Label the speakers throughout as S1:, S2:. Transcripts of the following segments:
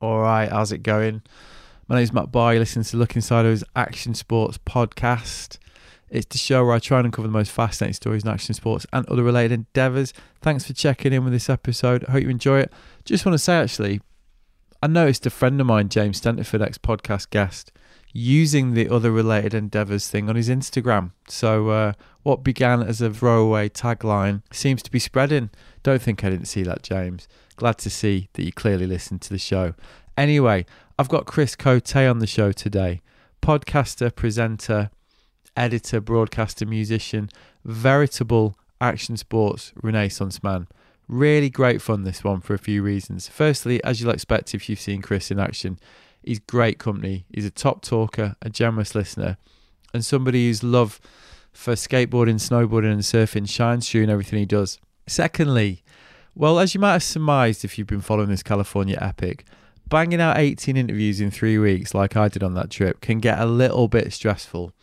S1: All right, how's it going? My name's Matt Barr. You're listening to Look Inside O's Action Sports podcast. It's the show where I try and uncover the most fascinating stories in action sports and other related endeavours. Thanks for checking in with this episode. I hope you enjoy it. Just want to say, actually, I noticed a friend of mine, James Stenterford, ex podcast guest, using the other related endeavours thing on his Instagram. So, uh, what began as a throwaway tagline seems to be spreading. Don't think I didn't see that, James. Glad to see that you clearly listened to the show. Anyway, I've got Chris Cote on the show today, podcaster, presenter, editor, broadcaster, musician, veritable action sports renaissance man. Really great fun, this one, for a few reasons. Firstly, as you'll expect if you've seen Chris in action, he's great company. He's a top talker, a generous listener, and somebody whose love for skateboarding, snowboarding, and surfing shines through in everything he does. Secondly, well, as you might have surmised if you've been following this California epic, banging out 18 interviews in three weeks, like I did on that trip, can get a little bit stressful.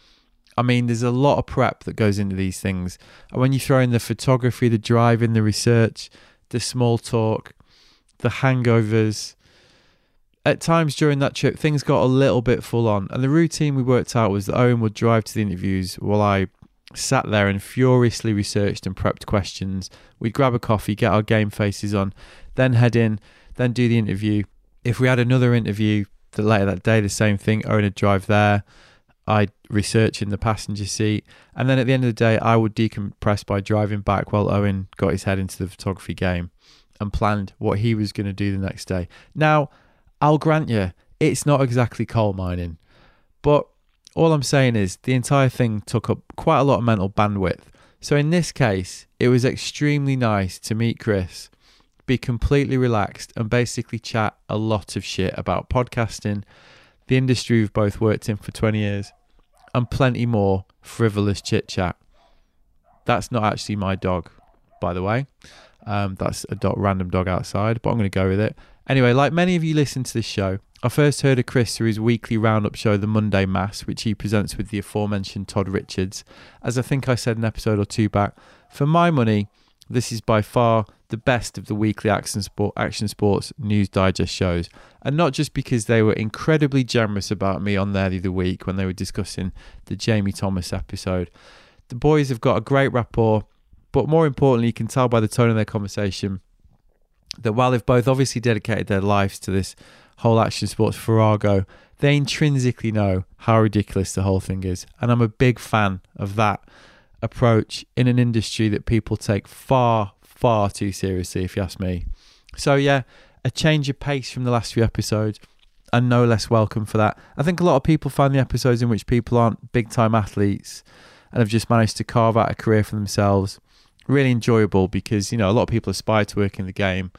S1: I mean, there's a lot of prep that goes into these things. And when you throw in the photography, the driving, the research, the small talk, the hangovers, at times during that trip, things got a little bit full on. And the routine we worked out was that Owen would drive to the interviews while I sat there and furiously researched and prepped questions. We'd grab a coffee, get our game faces on, then head in, then do the interview. If we had another interview that later that day, the same thing, Owen would drive there. I'd research in the passenger seat. And then at the end of the day, I would decompress by driving back while Owen got his head into the photography game and planned what he was going to do the next day. Now, I'll grant you, it's not exactly coal mining, but all I'm saying is the entire thing took up quite a lot of mental bandwidth. So in this case, it was extremely nice to meet Chris, be completely relaxed, and basically chat a lot of shit about podcasting, the industry we've both worked in for 20 years, and plenty more frivolous chit chat. That's not actually my dog, by the way. Um, that's a dot random dog outside, but I'm going to go with it. Anyway, like many of you listen to this show, I first heard of Chris through his weekly roundup show, The Monday Mass, which he presents with the aforementioned Todd Richards. As I think I said an episode or two back, for my money, this is by far the best of the weekly action, sport, action sports news digest shows. And not just because they were incredibly generous about me on there the other week when they were discussing the Jamie Thomas episode. The boys have got a great rapport, but more importantly, you can tell by the tone of their conversation that while they've both obviously dedicated their lives to this whole action sports farrago, they intrinsically know how ridiculous the whole thing is. And I'm a big fan of that approach in an industry that people take far, far too seriously, if you ask me. So, yeah, a change of pace from the last few episodes. And no less welcome for that. I think a lot of people find the episodes in which people aren't big time athletes and have just managed to carve out a career for themselves really enjoyable because you know a lot of people aspire to work in the game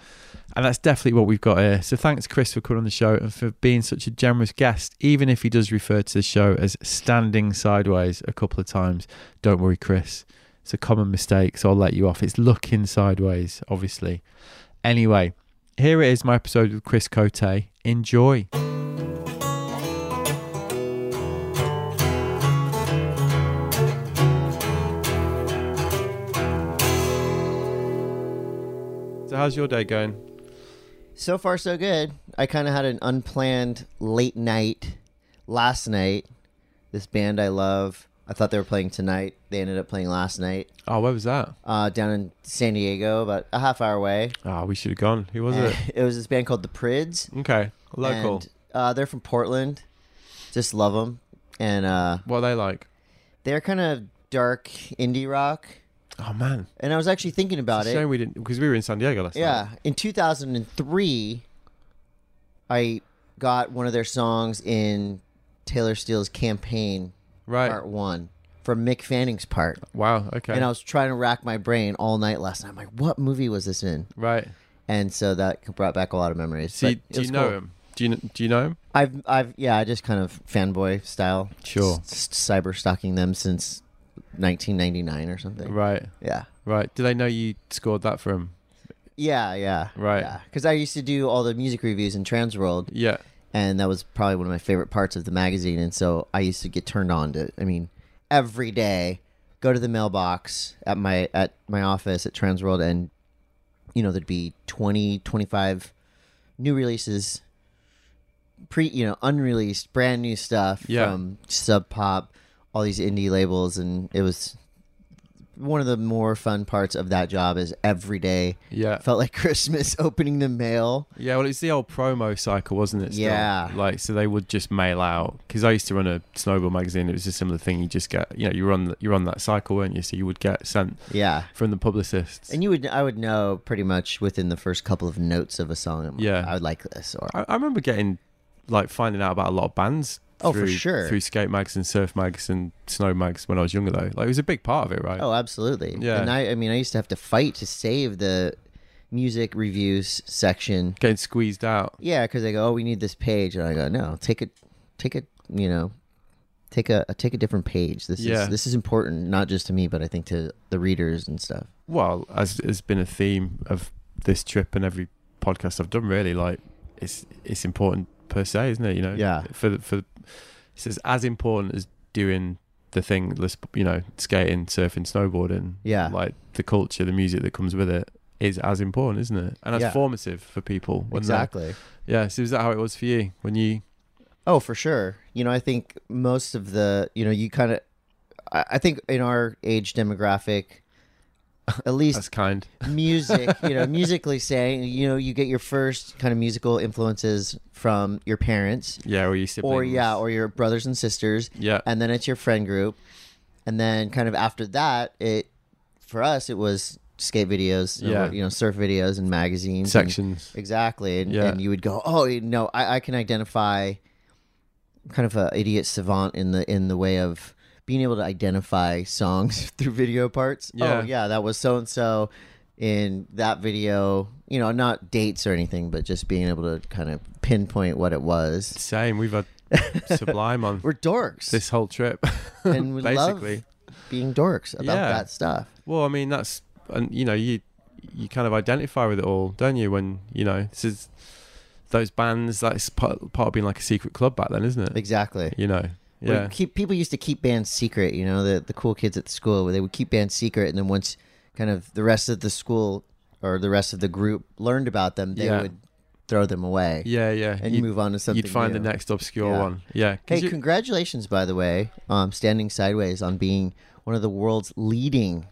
S1: and that's definitely what we've got here so thanks chris for coming on the show and for being such a generous guest even if he does refer to the show as standing sideways a couple of times don't worry chris it's a common mistake so i'll let you off it's looking sideways obviously anyway here it is my episode with chris cote enjoy So how's your day going?
S2: So far, so good. I kind of had an unplanned late night last night. This band I love. I thought they were playing tonight. They ended up playing last night
S1: Oh, where was that?
S2: uh, down in San Diego, about a half hour away.
S1: Ah, we should have gone. Who was it?
S2: It was this band called The Prids.
S1: Okay, local.
S2: And, uh, they're from Portland. Just love them. And uh,
S1: what are they like?
S2: they're kind of dark indie rock.
S1: Oh man,
S2: And I was actually thinking about it.
S1: shame we didn't because we were in San Diego last night.
S2: Yeah, in 2003, I got one of their songs in Taylor Steele's campaign
S1: Right.
S2: part one from Mick Fanning's part,
S1: Wow. Okay.
S2: and I was trying to rack my brain all night last night. I'm like, what movie was this in?
S1: right.
S2: And so that brought back a lot of memories.
S1: So you,
S2: but it
S1: do
S2: was
S1: you know
S2: cool.
S1: him? Do you do you know him?
S2: I've, I've, yeah, I just kind of fanboy style,
S1: Sure.
S2: s- s- cyber stalking them since 1999 or something.
S1: Right.
S2: Yeah.
S1: Right. Do they know you scored that for him?
S2: Yeah, yeah,
S1: Right.
S2: Because I used to do all the music reviews in Transworld,
S1: Yeah.
S2: and that was probably one of my favorite parts of the magazine and so i used to get turned on to i mean every day go to the mailbox at my at my office at transworld and you know there'd be 20 25 new releases pre you know unreleased brand new stuff
S1: Yeah.
S2: from Sub Pop, all these indie labels, and it was one of the more fun parts of that job is every day
S1: Yeah.
S2: felt like Christmas opening the mail.
S1: Yeah, well, it's the old promo cycle, wasn't it? still?
S2: Yeah.
S1: Like, so they would just mail out because I used to run a snowball magazine. It was a similar thing. You just get, you know, you're on, you're on that cycle, weren't you? So you would get sent
S2: Yeah.
S1: from the publicists.
S2: And you would, I would know pretty much within the first couple of notes of a song. I'm like,
S1: Yeah.
S2: I would like this, or
S1: I, I remember getting, like, finding out about a lot of bands.
S2: Oh, for
S1: through,
S2: sure.
S1: Through skate mags and surf mags and snow mags when I was younger, though. Like, it was a big part of it, right?
S2: oh, absolutely.
S1: Yeah.
S2: And I, I mean, I used to have to fight to save the music reviews section.
S1: Getting squeezed out.
S2: Yeah, because they go, oh, we need this page, and I go, no, take a, take a, you know, take a take a different page. This
S1: Yeah.
S2: is this is important, not just to me, but I think to the readers and stuff.
S1: Well, as has been a theme of this trip and every podcast I've done, really, like, it's it's important per se, isn't it? You know,
S2: Yeah.
S1: for the- for the- it's as- as important as doing the thing let's you know skating surfing snowboarding
S2: Yeah.
S1: like the culture the music that comes with it is as important isn't it and as
S2: Yeah.
S1: formative for people when they-
S2: exactly.
S1: yeah so is that how it was for you when you
S2: Oh, for sure. You know, I think most of the, you know, you kind of, I I think in our age demographic, at
S1: that's
S2: least
S1: kind
S2: music, you know, musically saying, you know, you get your first kind of musical influences from your parents
S1: yeah or your siblings
S2: or, yeah, or your brothers and sisters.
S1: yeah
S2: And then it's your friend group. And then kind of after that, it, for us, it was skate videos,
S1: Yeah.
S2: you know, surf videos and magazines. and-
S1: sections
S2: Exactly. And,
S1: Yeah.
S2: and you would go, oh you no, I, I can identify kind of a idiot savant in the in the way of being able to identify songs through video parts.
S1: Yeah.
S2: Oh yeah, that was so and so in that video. You know, not dates or anything, but just being able to kind of pinpoint what it was.
S1: same we've had sublime on
S2: We're dorks.
S1: this whole trip
S2: and we
S1: basically
S2: love being dorks about
S1: Yeah.
S2: that stuff.
S1: Well, I mean that's and you know you you kind of identify with it all, don't you? When you know this is those bands that's part, part of being like a secret club back then, isn't it?
S2: Exactly.
S1: You know,
S2: Well,
S1: yeah,
S2: keep, people used to keep bands secret, you know, the, the cool kids at the school, where they would keep bands secret. And then once kind of the rest of the school or the rest of the group learned about them, they
S1: Yeah.
S2: would throw them away
S1: yeah, yeah.
S2: and
S1: you'd,
S2: move on to something
S1: you'd find
S2: new.
S1: the next obscure
S2: Yeah.
S1: one, yeah. 'cause
S2: Hey,
S1: you-
S2: congratulations, by the way, um, Standing Sideways on being one of the world's leading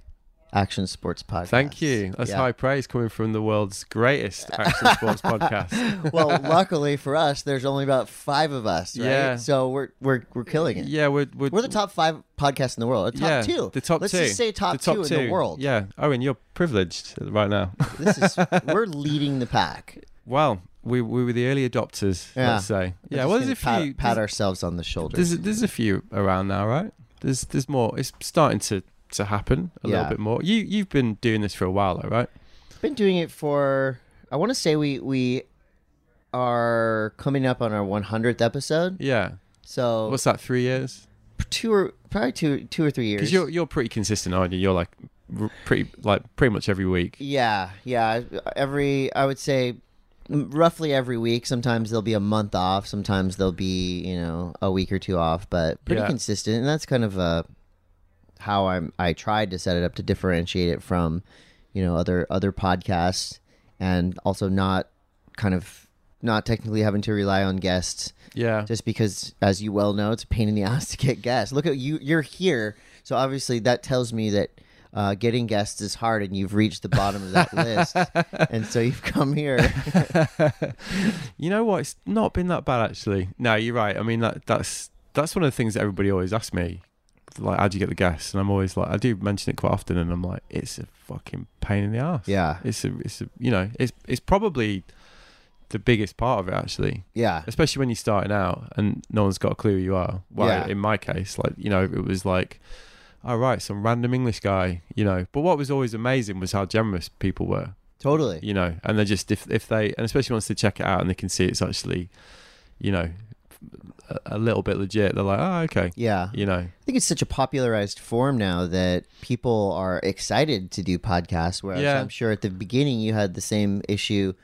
S2: action sports podcasts.
S1: thank you. That's
S2: Yeah.
S1: high praise coming from the world's greatest action sports podcast.
S2: well, luckily for us, there's only about five of us, right?
S1: Yeah.
S2: So we're, we're, we're killing it.
S1: Yeah, we're we're,
S2: We're the top five podcasts in the world. Or top
S1: yeah,
S2: two.
S1: The top
S2: Let's
S1: two.
S2: just say top,
S1: the top
S2: two, in the world.
S1: Yeah, Owen, you're privileged right now.
S2: This is we're leading the pack.
S1: well, we we were the early adopters.
S2: Yeah.
S1: Let's say.
S2: We're
S1: yeah.
S2: just
S1: Well, there's
S2: gonna
S1: a few
S2: pat, pat
S1: there's-
S2: ourselves on the shoulder.
S1: There's there's a few around now, right? There's there's more. It's starting to to happen a
S2: Yeah.
S1: little bit more. You you've been doing this for a while, though, right?
S2: Been doing it for I want to say we we are coming up on our 100th episode.
S1: Yeah.
S2: So
S1: What's that? Three years?
S2: two or probably two two or three years.
S1: Because you're you're pretty consistent, aren't you? You're like r- pretty like pretty much every week.
S2: yeah, yeah. Every I would say m- roughly every week. Sometimes there'll be a month off. Sometimes there'll be you know a week or two off, but pretty
S1: Yeah.
S2: consistent. And that's kind of uh, how I'm. I tried to set it up to differentiate it from you know other other podcasts, and also not kind of not technically having to rely on guests
S1: Yeah.
S2: just because as you well know it's a pain in the ass to get guests look at you you're here so obviously that tells me that uh, getting guests is hard and you've reached the bottom of that list and so you've come here
S1: you know what? It's not been that bad actually. No, you're right. I mean that that's that's one of the things that everybody always asks me. Like, how do you get the guests? And I'm always like, I do mention it quite often, and I'm like, it's a fucking pain in the ass.
S2: yeah
S1: It's a, it's a, you know, it's it's probably the biggest part of it actually,
S2: yeah
S1: especially when you're starting out and no one's got a clue who you are. Well,
S2: Yeah.
S1: in my case, like you know, it was like, all right, some random English guy, you know. But what was always amazing was how generous people were,
S2: totally
S1: you know, and they just if if they and especially once they check it out and they can see it's actually, you know, a, a little bit legit, they're like, oh, okay,
S2: yeah
S1: you know,
S2: i think it's such a popularized form now that people are excited to do podcasts whereas
S1: Yeah.
S2: i'm sure at the beginning you had the same issue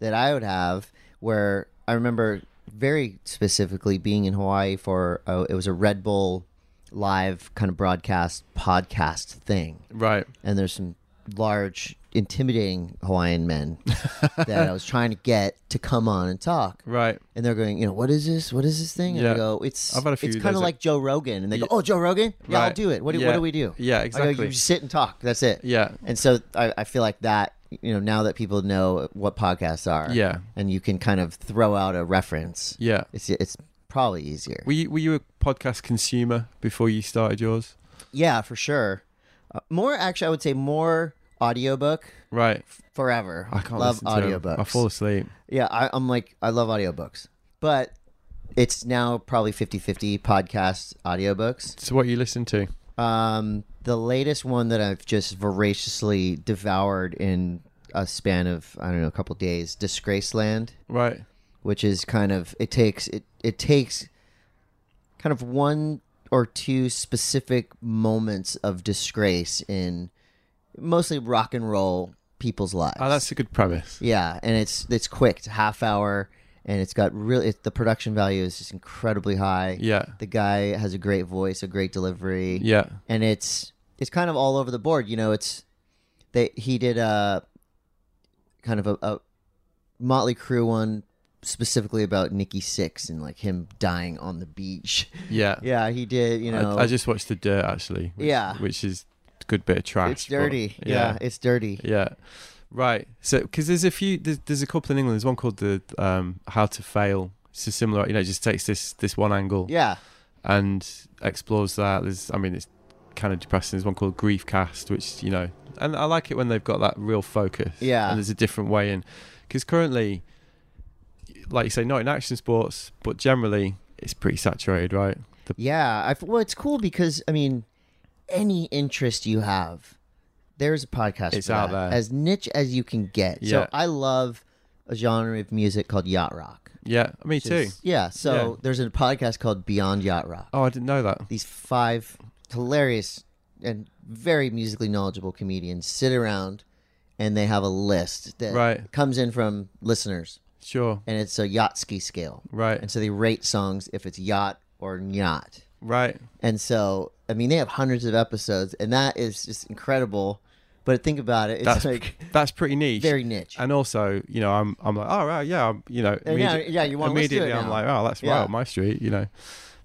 S2: that i would have where i remember very specifically being in hawaii for uh, it was a red bull live kind of broadcast podcast thing
S1: right,
S2: and there's some large intimidating Hawaiian men that I was trying to get to come on and talk.
S1: Right.
S2: And they're going, you know, what is this? What is this thing? And I
S1: Yeah.
S2: go, it's
S1: I've had a few
S2: it's
S1: of
S2: kind of
S1: those.
S2: like Joe Rogan. And they go,
S1: Yeah.
S2: oh, Joe Rogan? Yeah, I'll
S1: Right.
S2: do it. What do, what
S1: Yeah.
S2: do we do?
S1: Yeah,
S2: I go,
S1: exactly.
S2: you just sit and talk. That's it.
S1: Yeah.
S2: And so I, I feel like that, you know, now that people know what podcasts are
S1: Yeah.
S2: and you can kind of throw out a reference,
S1: Yeah.
S2: it's, it's probably easier.
S1: Were you were you a podcast consumer before you started yours?
S2: yeah, for sure. Uh, more, actually, I would say more audiobook
S1: Right.
S2: forever.
S1: I can't
S2: love
S1: listen to 'em.
S2: audiobooks.
S1: I fall asleep.
S2: Yeah, I, I'm like, I love audiobooks, but it's now probably 50 50 podcast audiobooks.
S1: So what you listen to?
S2: Um, the latest one that I've just voraciously devoured in a span of, I don't know, a couple days, Disgrace Land,
S1: Right.
S2: which is kind of, it takes, it, it takes kind of one or two specific moments of disgrace in mostly rock and roll people's lives.
S1: Oh, that's a good premise.
S2: Yeah, and it's it's quick, it's a half hour, and it's got really it, the production value is just incredibly high.
S1: Yeah.
S2: the guy has a great voice, a great delivery,
S1: Yeah.
S2: and it's it's kind of all over the board. You know, it's they he did a kind of a, a Motley Crue one specifically about Nikki Six and like him dying on the beach.
S1: Yeah.
S2: Yeah, he did. You know,
S1: I, I just watched The Dirt actually. Which,
S2: Yeah.
S1: Which is a good bit of trash.
S2: it's
S1: but-
S2: dirty. Yeah. it's dirty.
S1: Yeah. Right. So, because there's a few, there's, there's a couple in England. There's one called the um, How to Fail. It's a similar, you know, it just takes this this one angle
S2: Yeah,
S1: and explores that. There's, I mean, it's kind of depressing. There's one called Griefcast, which you know, and I like it when they've got that real focus.
S2: Yeah.
S1: And there's a different way in, because currently, like you say, not in action sports, but generally, it's pretty saturated, right? The,
S2: Yeah, I f well, it's cool because I mean, any interest you have, there's a podcast.
S1: It's
S2: for
S1: out
S2: that,
S1: there.
S2: as niche as you can get.
S1: Yeah.
S2: So I love a genre of music called yacht rock.
S1: yeah. Me
S2: which
S1: too.
S2: is- Yeah. So
S1: Yeah.
S2: there's a podcast called Beyond Yacht Rock.
S1: Oh, I didn't know that.
S2: These five hilarious and very musically knowledgeable comedians sit around, and they have a list that
S1: Right.
S2: comes in from listeners,
S1: Sure.
S2: and it's a Yachtsky scale,
S1: Right.
S2: and so they rate songs if it's yacht or yacht.
S1: Right.
S2: And so, I mean, they have hundreds of episodes, and that is just incredible. But think about it; it's
S1: That's
S2: like
S1: That's pretty niche.
S2: very niche.
S1: and also, you know, I'm I'm like, oh right, yeah, I'm, you know,
S2: And yeah, yeah, you want- let's do it
S1: immediately I'm
S2: now.
S1: like, oh, that's
S2: Yeah.
S1: right up my street, you know,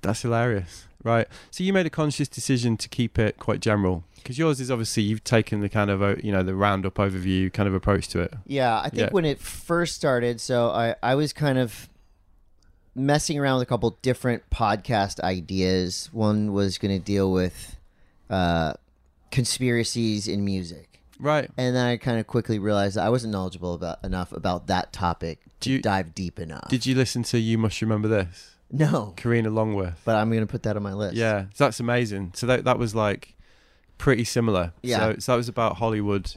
S1: that's hilarious, right? So you made a conscious decision to keep it quite general because yours is obviously you've taken the kind of uh, you know the roundup overview kind of approach to it,
S2: yeah, I think
S1: Yeah.
S2: when it first started, so I I was kind of messing around with a couple different podcast ideas. One was going to deal with uh, conspiracies in music,
S1: right?
S2: and then I kind of quickly realized that I wasn't knowledgeable about enough about that topic to
S1: Do you-
S2: dive deep enough.
S1: Did you listen to You Must Remember This,
S2: no,
S1: Karina Longworth?
S2: but I'm going to put that on my list.
S1: Yeah, so that's amazing. So that that was like pretty similar.
S2: Yeah.
S1: So, so that was about Hollywood.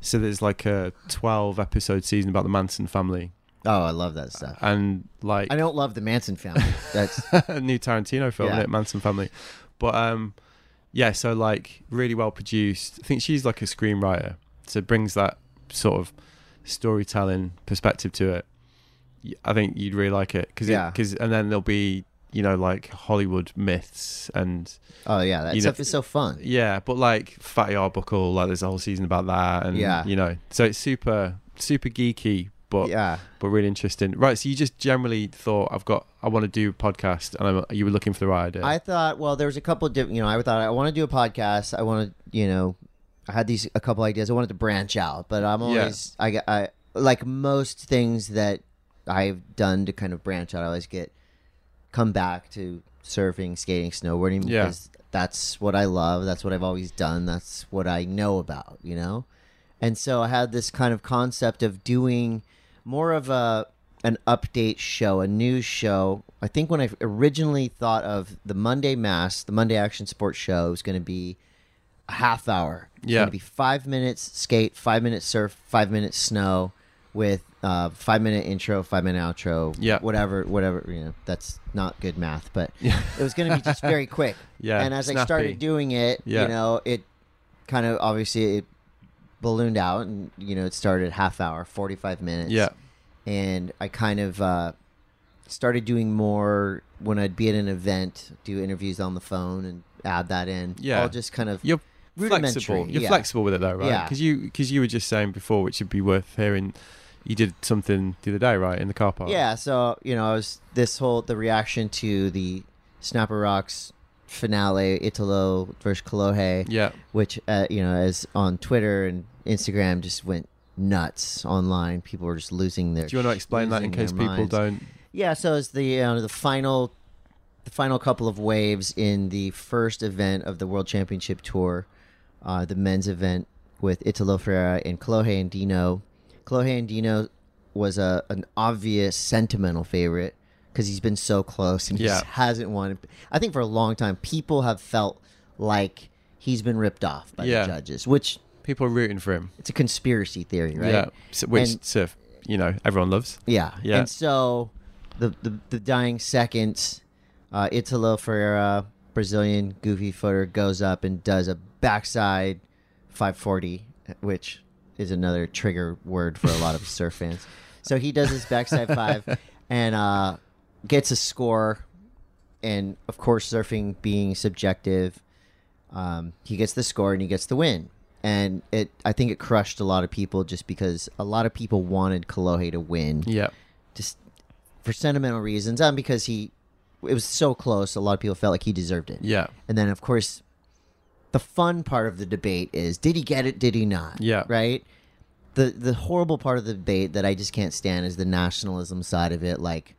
S1: So there's like a 12 episode season about the Manson family,
S2: Oh, I love that stuff.
S1: and like
S2: I don't love the Manson family. That's
S1: new Tarantino film,
S2: Yeah.
S1: innit? Manson Family. But um, yeah, so like really well produced. I think she's like a screenwriter, so it brings that sort of storytelling perspective to it. Y- I think you'd really like it because
S2: Yeah.
S1: because and then there'll be you know like Hollywood myths and
S2: Oh yeah, that
S1: You know-
S2: stuff is so fun.
S1: yeah, but like Fatty Arbuckle, like there's a whole season about that and
S2: Yeah.
S1: you know, so it's super super geeky. But
S2: Yeah,
S1: but really interesting. Right, so you just generally thought I've got I want to do a podcast, and i you were looking for the right idea.
S2: I thought. Well, there was a couple of different. You know, I thought I want to do a podcast. I want to, you know, I had these a couple ideas. I wanted to branch out, but I'm
S1: Yeah.
S2: always I get- I like most things that I've done to kind of branch out. I always get come back to surfing, skating, snowboarding
S1: Yeah.
S2: because that's what I love. That's what I've always done. That's what I know about. You know, and so I had this kind of concept of doing more of a an update show, a news show. I think when I originally thought of the Monday Mass, the Monday Action Sports Show was going to be a half hour. It's
S1: Yeah.
S2: going to be five minutes skate, five minutes surf, five minutes snow, with uh, five minute intro, five minute outro.
S1: Yeah.
S2: whatever, whatever. You know, that's not good math, but
S1: Yeah.
S2: it was going to be just very quick.
S1: Yeah,
S2: and as I
S1: snappy.
S2: started doing it,
S1: Yeah.
S2: you know, it kind of obviously it ballooned out, and you know, it started half hour, forty five minutes
S1: yeah,
S2: and I kind of uh, started doing more when I'd be at an event, do interviews on the phone, and add that in.
S1: Yeah.
S2: all just kind of
S1: you're
S2: rudimentary.
S1: flexible. You're
S2: yeah.
S1: flexible with it though, right?
S2: Yeah.
S1: Because you because you were just saying before, which would be worth hearing. You did something the other day, right, in the car park.
S2: Yeah, so you know, I was this whole the reaction to the Snapper Rocks finale, Italo versus Kolohe,
S1: Yeah.
S2: which uh, you know is on Twitter and Instagram just went nuts online. People were just losing their.
S1: Do you want to explain that in
S2: losing
S1: case
S2: their
S1: people
S2: minds.
S1: don't?
S2: Yeah, so it's the you know, the final, the final couple of waves in the first event of the World Championship Tour, uh, the men's event with Italo Ferreira and Clohe and Dino. Clohe and Dino was a an obvious sentimental favorite because he's been so close and he just
S1: Yeah.
S2: hasn't won. I think for a long time people have felt like he's been ripped off by
S1: Yeah.
S2: the judges, which
S1: People are rooting for him.
S2: it's a conspiracy theory, right?
S1: Yeah. So, which
S2: And-
S1: so, you know everyone loves.
S2: Yeah.
S1: Yeah.
S2: And so the the, the dying seconds, uh, Italo Ferreira, Brazilian goofy footer, goes up and does a backside 540, which is another trigger word for a lot of surf fans. So he does his backside five and uh, gets a score. And of course, surfing being subjective, um, he gets the score and he gets the win. And it, I think it crushed a lot of people just because a lot of people wanted Kolohe to win
S1: Yeah.
S2: just for sentimental reasons and because he it was so close a lot of people felt like he deserved it
S1: Yeah.
S2: and then of course the fun part of the debate is did he get it did he not
S1: Yeah.
S2: right the the horrible part of the debate that i just can't stand is the nationalism side of it like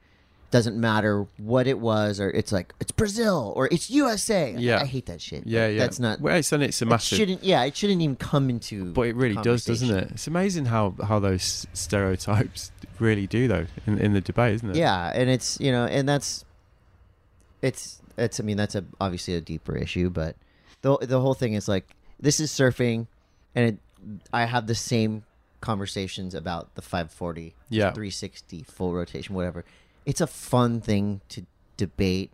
S2: doesn't matter what it was or it's like it's brazil or it's usa
S1: Yeah.
S2: i hate that shit
S1: Yeah.
S2: That-
S1: Yeah.
S2: that's not
S1: Well, it's, and it's a
S2: it
S1: massive.
S2: shouldn't yeah it shouldn't even come into
S1: But it really does, doesn't
S2: conversation.
S1: it? It's amazing how, how those stereotypes really do, though, in, in the debate, isn't it?
S2: Yeah, and it's you know, and that's it's it's I mean that's a obviously a deeper issue, but the the whole thing is like this is surfing, and it, I have the same conversations about the 540,
S1: Yeah.
S2: 360, full rotation, whatever. It's a fun thing to debate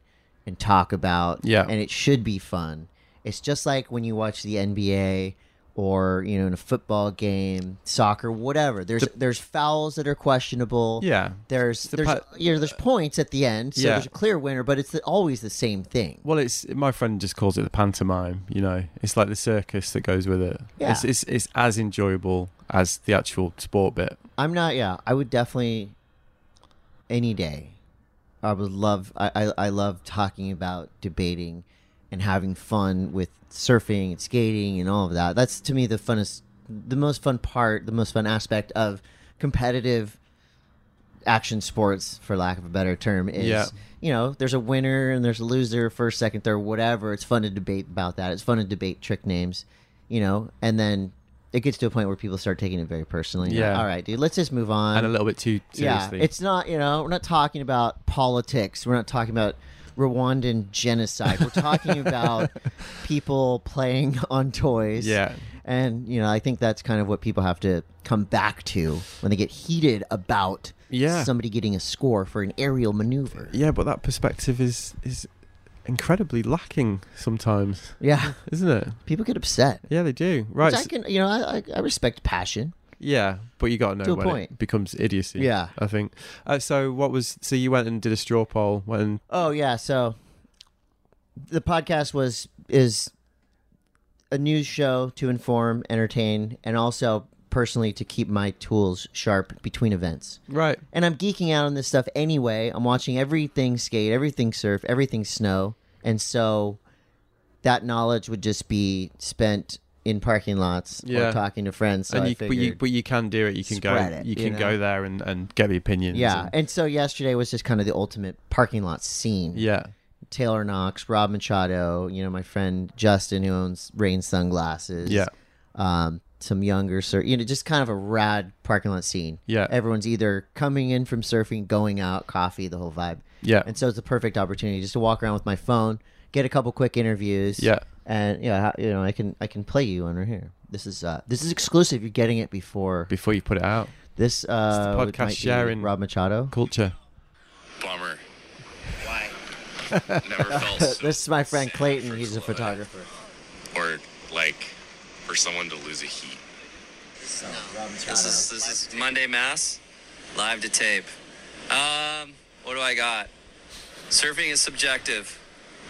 S2: and talk about,
S1: Yeah.
S2: and it should be fun. It's just like when you watch the NBA or you know in a football game, soccer, whatever. There's there's fouls that are questionable
S1: Yeah.
S2: there's
S1: the
S2: there's
S1: pa-
S2: you know there's points at the end, so
S1: Yeah.
S2: there's a clear winner, but it's the, always the same thing.
S1: Well, it's my friend just calls it the pantomime. You know, it's like the circus that goes with it.
S2: Yeah.
S1: It's, it's it's as enjoyable as the actual sport bit.
S2: I'm not. Yeah, I would definitely any day. I would love. I I, I love talking about debating and having fun with surfing and skating and all of that. That's to me the funnest, the most fun part, the most fun aspect of competitive action sports, for lack of a better term, is
S1: Yeah.
S2: you know there's a winner and there's a loser, first, second, third, whatever. It's fun to debate about that. It's fun to debate trick names, you know, and then it gets to a point where people start taking it very personally. You're like,
S1: Yeah.
S2: all right, dude, let's just move on.
S1: and a little bit too seriously.
S2: Um, Yeah, it's not. You know, we're not talking about politics. We're not talking about Rwandan genocide. We're talking about people playing on toys.
S1: Yeah.
S2: And you know, I think that's kind of what people have to come back to when they get heated about
S1: Yeah.
S2: somebody getting a score for an aerial maneuver.
S1: Yeah, but that perspective is is incredibly lacking sometimes,
S2: Yeah,
S1: isn't it?
S2: people get upset.
S1: Yeah, they do. Right.
S2: Which I can, you know, I, I, I respect passion.
S1: Yeah, but you got to know
S2: To a
S1: when it
S2: point.
S1: becomes idiocy.
S2: Yeah.
S1: I think. Uh, so what was? So you went and did a straw poll. Went and
S2: Oh yeah, so the podcast was is a news show to inform, entertain, and also personally to keep my tools sharp between events.
S1: right.
S2: And I'm geeking out on this stuff anyway. I'm watching everything skate, everything surf, everything snow, and so that knowledge would just be spent in parking lots
S1: Yeah.
S2: or talking to friends. So
S1: and
S2: I
S1: you, but you
S2: figured-
S1: but you can do it. You can go.
S2: spread it,
S1: you
S2: you
S1: can
S2: know?
S1: go there and and get the opinions.
S2: yeah,
S1: and-
S2: and so yesterday was just kind of the ultimate parking lot scene.
S1: yeah.
S2: Taylor Knox, Rob Machado, you know, my friend Justin who owns Rain Sunglasses.
S1: Yeah.
S2: Um, some younger sur you know, just kind of a rad parking lot scene.
S1: Yeah.
S2: Everyone's either coming in from surfing, going out, coffee, the whole vibe.
S1: Yeah.
S2: And so it's the perfect opportunity just to walk around with my phone, get a couple quick interviews.
S1: Yeah.
S2: And yeah, ha- you know, I can I can play you when we're here. This is uh this is exclusive. You're getting it before
S1: Before you put it out,
S2: this uh
S1: podcast
S2: might be
S1: sharing.
S2: Rob Machado.
S1: culture.
S3: Bummer. Why? Never felt so
S2: this is my friend
S3: sad
S2: Clayton,
S3: for
S2: he's a
S3: Chloe.
S2: photographer.
S3: Or like for someone to lose a heat.
S4: This is this is Monday Mass, live to tape. Um, what do I got? Surfing is subjective.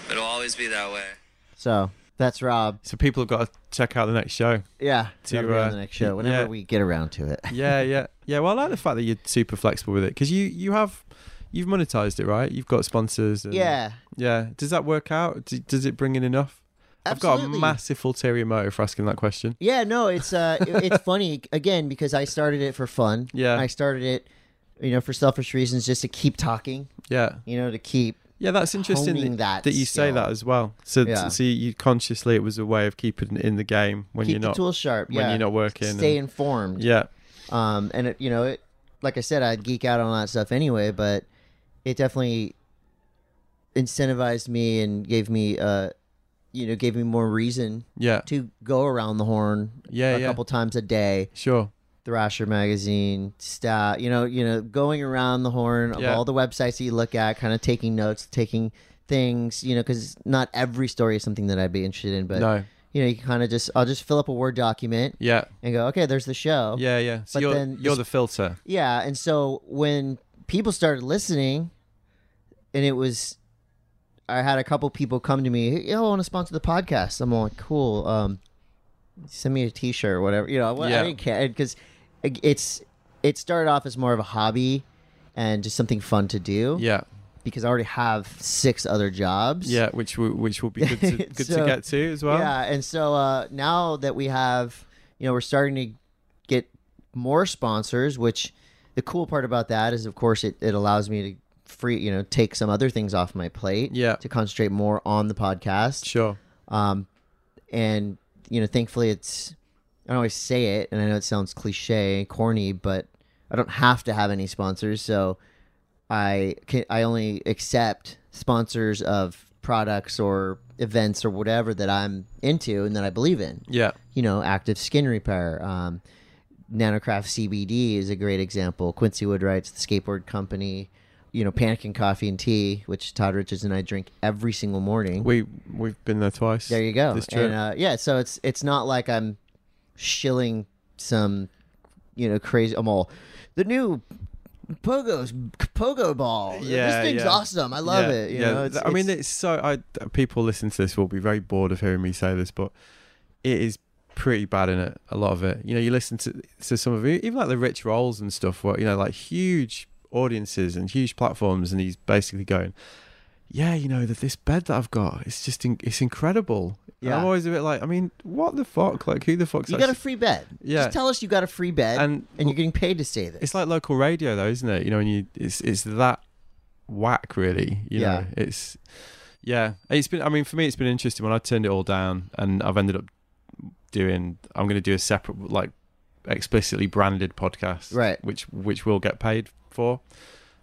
S4: It'll always be that way.
S2: So That's Rob.
S1: So people have got to check out the next show.
S2: Yeah.
S1: To,
S2: that'll be on
S1: uh,
S2: the next show,
S1: y-
S2: whenever
S1: yeah.
S2: we get around to it.
S1: Yeah, yeah, yeah. Well, I like the fact that you're super flexible with it because you you have you've monetized it, right? You've got sponsors. And,
S2: yeah.
S1: yeah. Does that work out? D- does it bring in enough? I've got
S2: Absolutely.
S1: a massive ulterior motive for asking that question.
S2: Yeah, no, it's uh, it- it's funny again because I started it for fun.
S1: Yeah.
S2: I started it, you know, for selfish reasons, just to keep talking,
S1: Yeah,
S2: you know, to keep.
S1: yeah. That's interesting
S2: Honing
S1: that,
S2: that
S1: that you say
S2: skill.
S1: that as well. So,
S2: Yeah.
S1: so you consciously it was a way of keeping it in the game when
S2: keep
S1: you're
S2: the
S1: not.
S2: tools sharp.
S1: when
S2: yeah.
S1: you're not working
S2: Stay
S1: and-
S2: informed.
S1: Yeah,
S2: Um, and it, you know, it, like I said, I'd geek out on that stuff anyway, but it definitely incentivized me and gave me, uh, you know, gave me more reason
S1: yeah,
S2: to go around the horn.
S1: Yeah,
S2: a
S1: yeah.
S2: couple times a day.
S1: sure.
S2: Thrasher magazine, stat, you know, you know, going around the horn of
S1: Yeah.
S2: all the websites that you look at, kind of taking notes, taking things, you know, because not every story is something that I'd be interested in, but
S1: No.
S2: you know, you kind of just, I'll just fill up a Word document
S1: Yeah,
S2: and go, okay, there's the show.
S1: yeah, yeah. So
S2: But
S1: you're
S2: then
S1: you're
S2: this-
S1: the filter.
S2: Yeah, and so when people started listening, and it was, I had a couple people come to me, "Hey, "Yo, I want to sponsor the podcast." I'm like, "Cool, um, send me a T-shirt or whatever." You know, what-
S1: Yeah.
S2: I didn't care because it's it started off as more of a hobby and just something fun to do.
S1: Yeah,
S2: because I already have six other jobs.
S1: yeah. Which will which will be good to good to
S2: So-
S1: get to as well.
S2: Yeah, and so uh, now that we have, you know, we're starting to get more sponsors, which the cool part about that is, of course, it, it allows me to free, you know, take some other things off my plate.
S1: Yeah.
S2: To concentrate more on the podcast.
S1: Sure.
S2: Um, and, you know, thankfully it's, I don't always say it, and I know it sounds cliche, corny, but I don't have to have any sponsors. So I can, I only accept sponsors of products or events or whatever that I'm into and that I believe in.
S1: Yeah.
S2: You know, active skin repair. Um, Nanocraft CBD is a great example. Quincy Woodwright's the skateboard company. You know, Panic and Coffee and Tea, which Todd Richards and I drink every single morning.
S1: We we've been there twice.
S2: There you go.
S1: This trip.
S2: and uh, yeah, so it's it's not like I'm shilling some, you know, crazy. I'm all the new pogos pogo ball.
S1: Yeah,
S2: this thing's
S1: yeah.
S2: awesome. I love it. You know, it's,
S1: I mean, it's so. I people listen to this will be very bored of hearing me say this, but it is pretty bad in it. A lot of it. You know, you listen to to some of it, even like the Rich Rolls and stuff. Where you know, like huge audiences and huge platforms, and he's basically going, "Yeah, you know that this bed that I've got, it's just in, it's incredible." And
S2: Yeah.
S1: I'm always a bit like, I mean, what the fuck? Like, who the fuck's
S2: you got a
S1: actually-
S2: free bed.
S1: Yeah.
S2: just tell us you got a free bed,
S1: And-
S2: and, you're getting paid to say this.
S1: it's like local radio though, isn't it? You know, and you it's it's that whack really. You
S2: Yeah.
S1: know, it's yeah. It's been I mean for me it's been interesting when I turned it all down and I've ended up doing I'm gonna do a separate like explicitly branded podcast.
S2: Right.
S1: Which which will get paid for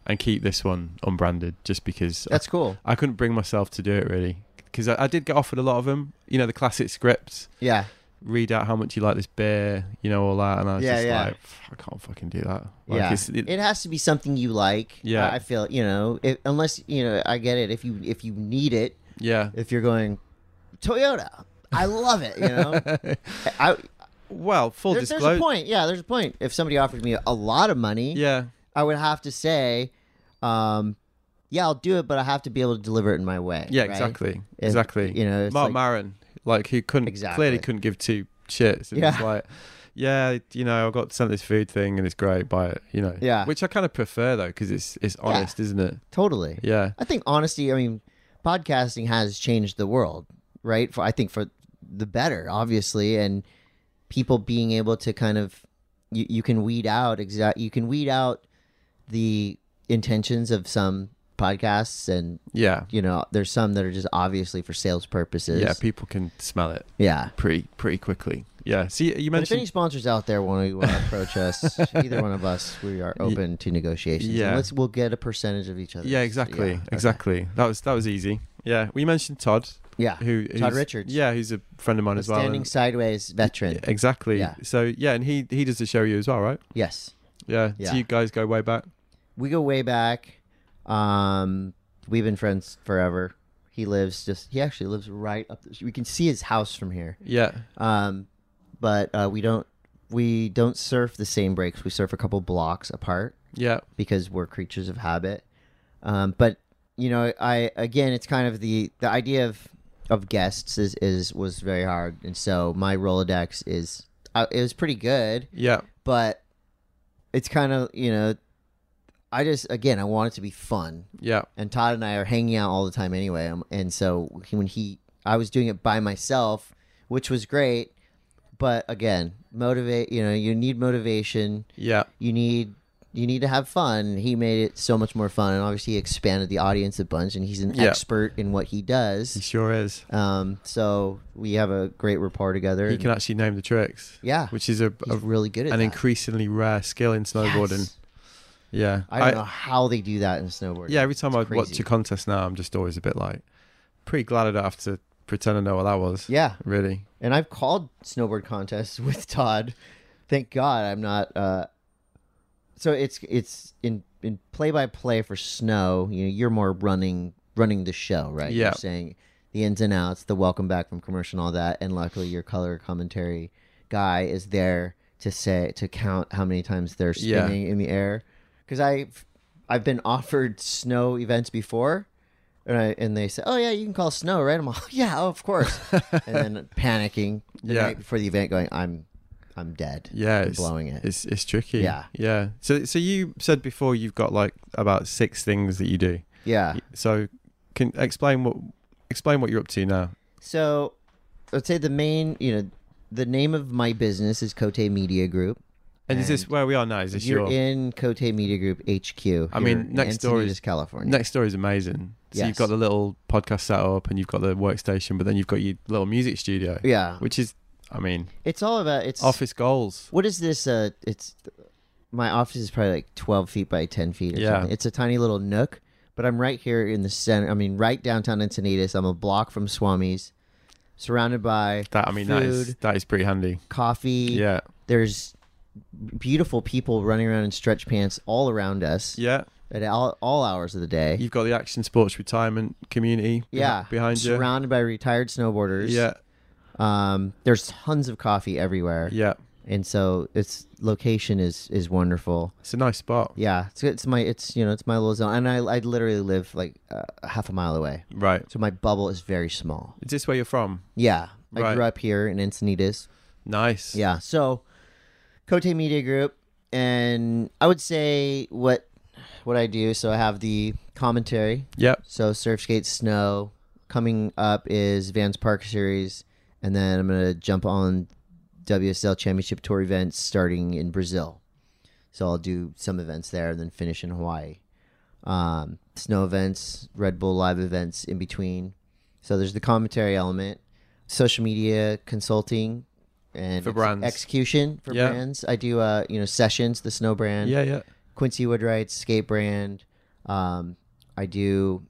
S1: and keep this one unbranded just because I-
S2: That's cool.
S1: I, couldn't bring myself to do it really. Because I, I did get offered a lot of them, you know, the classic scripts,
S2: Yeah,
S1: read out how much you like this beer, you know, all that. And I was
S2: Yeah,
S1: just
S2: yeah.
S1: like, I can't fucking do that. Like,
S2: yeah.
S1: it's-
S2: It, has to be something you like.
S1: Yeah.
S2: I I feel you know, if, unless you know, I get it. If you if you need it,
S1: Yeah.
S2: if you're going Toyota, I love it. You know, I,
S1: Well, full
S2: There-
S1: disclosure.
S2: There's a point. Yeah, there's a point. If somebody offered me a lot of money,
S1: Yeah.
S2: I would have to say, um, yeah, I'll do it, but I have to be able to deliver it in my way.
S1: Yeah,
S2: right?
S1: exactly.
S2: If-
S1: exactly.
S2: you know, it's
S1: Mark
S2: like-
S1: Maron, like who couldn't clearly
S2: Exactly.
S1: couldn't give two shits. And
S2: Yeah.
S1: it's like, yeah, you know, I got sent this food thing and it's great, buy it, you know.
S2: Yeah.
S1: Which I kind of prefer though, because it's it's honest, isn't it?
S2: Totally.
S1: Yeah.
S2: I think honesty. I mean, podcasting has changed the world, right? For I think for the better, obviously, and people being able to kind of you, you can weed out exact you can weed out the intentions of some podcasts and
S1: Yeah.
S2: you know there's some that are just obviously for sales purposes
S1: Yeah. People can smell it
S2: yeah
S1: pretty pretty quickly. Yeah. See, you
S2: But if any
S1: mentioned.
S2: sponsors out there want to uh, approach us, either one of us, we are open to negotiations. And
S1: Yeah.
S2: let's we'll get a percentage of each other.
S1: Yeah. Exactly. Exactly. That was that was easy. Yeah. We mentioned Todd.
S2: Yeah.
S1: Who?
S2: Todd
S1: who's-
S2: Richards.
S1: Yeah. Who's a friend of mine as well.
S2: standing
S1: and-
S2: sideways veteran.
S1: Exactly.
S2: Yeah.
S1: So yeah, and he he does the show you as well, right?
S2: Yes,
S1: Yeah.
S2: Yeah.
S1: So you guys go way back.
S2: we go way back. Um, we've been friends forever. He lives just he actually lives right up. The, we can see his house from here.
S1: Yeah.
S2: Um, but uh, we don't we don't surf the same breaks. We surf a couple blocks apart.
S1: Yeah.
S2: because we're creatures of habit. Um, but you know, I again, it's kind of the the idea of of guests is, is was very hard, and so my Rolodex is uh, it was pretty good,
S1: Yeah.
S2: but it's kind of you know, I just again I want it to be fun,
S1: Yeah.
S2: and Todd and I are hanging out all the time anyway, um, and so he, when he I was doing it by myself, which was great, but again motivate you know you need motivation
S1: Yeah.
S2: you need you need to have fun. He made it so much more fun, and obviously he expanded the audience a bunch. And he's an
S1: Yeah.
S2: expert in what he
S1: He
S2: does.
S1: sure is.
S2: Um, so we have a great rapport together.
S1: He
S2: and
S1: can actually name the tricks.
S2: Yeah.
S1: Which is a,
S2: he's
S1: a
S2: really good at
S1: an
S2: that.
S1: increasingly rare skill in snowboarding.
S2: Yes.
S1: Yeah.
S2: I don't know how they do that in snowboarding.
S1: Yeah, every time
S2: It's
S1: I watch
S2: crazy.
S1: a contest now, I'm just always a bit like, pretty glad I don't have to pretend I know what that was.
S2: Yeah,
S1: Really.
S2: and I've called snowboard contests with Todd. Thank God I'm not. Uh, so it's it's in in play by play for snow. You know, you're more running running the show, right?
S1: Yeah.
S2: You're saying the ins and outs, the welcome back from commercial, and all that. And luckily, your color commentary guy is there to say to count how many times they're
S1: Yeah.
S2: spinning in the air. Because I've I've been offered snow events before. And, I, and they say, "Oh yeah, you can call snow, right?" I'm like, "Yeah, oh, of course." and then panicking the
S1: Yeah.
S2: night before the event, going, "I'm, I'm dead.
S1: Yeah.
S2: I'm
S1: it's,
S2: blowing it."
S1: It's, it's tricky.
S2: Yeah.
S1: Yeah. So, so you said before you've got like about six things that you do.
S2: yeah.
S1: So can explain what explain what you're up to now.
S2: So, I'd say the main, you know, the name of my business is Cote Media Group.
S1: And, is this
S2: And
S1: where we are now? Is this
S2: You're
S1: your
S2: in Cote Media Group HQ.
S1: I mean,
S2: here in
S1: next door is-
S2: Encinitas, California.
S1: next story is amazing. So you've
S2: Yes.
S1: got the little podcast set up and you've got the workstation, but then you've got your little music studio.
S2: yeah,
S1: Which is I mean,
S2: it's all about it's
S1: office goals.
S2: What is this? Uh, it's my office is probably like twelve feet by ten feet. Or
S1: Yeah.
S2: something. it's a tiny little nook, but I'm right here in the center. I mean, right downtown Encinitas. I'm a block from Swami's, surrounded by
S1: That I mean
S2: food, E.
S1: that is that is pretty handy.
S2: coffee.
S1: Yeah.
S2: there's beautiful people running around in stretch pants all around us
S1: Yeah.
S2: at all, all hours of the day.
S1: You've got the action sports retirement community beh-
S2: yeah,
S1: behind you.
S2: surrounded by retired snowboarders.
S1: Yeah.
S2: um, there's tons of coffee everywhere.
S1: Yeah.
S2: and so its location is is wonderful.
S1: It's a nice spot.
S2: Yeah, it's it's my it's you know it's my little zone, and I I literally live like uh, half a mile away,
S1: Right.
S2: so my bubble is very small.
S1: Is this where you're from?
S2: Yeah, I
S1: Right.
S2: grew up here in Encinitas.
S1: Nice.
S2: Yeah, so Cote Media Group, and I would say what what I do. So I have the commentary.
S1: Yep.
S2: So surf, skate, snow. Coming up is Vans Park Series, and then I'm gonna jump on WSL Championship Tour events starting in Brazil. So I'll do some events there and then finish in Hawaii. Um, snow events, Red Bull Live events in between. So there's the commentary element, social media consulting, and
S1: For brands.
S2: execution for
S1: Yeah.
S2: brands. I do uh you know sessions, the snow brand.
S1: Yeah, yeah.
S2: Quincy Woodwright's skate brand. Um, I do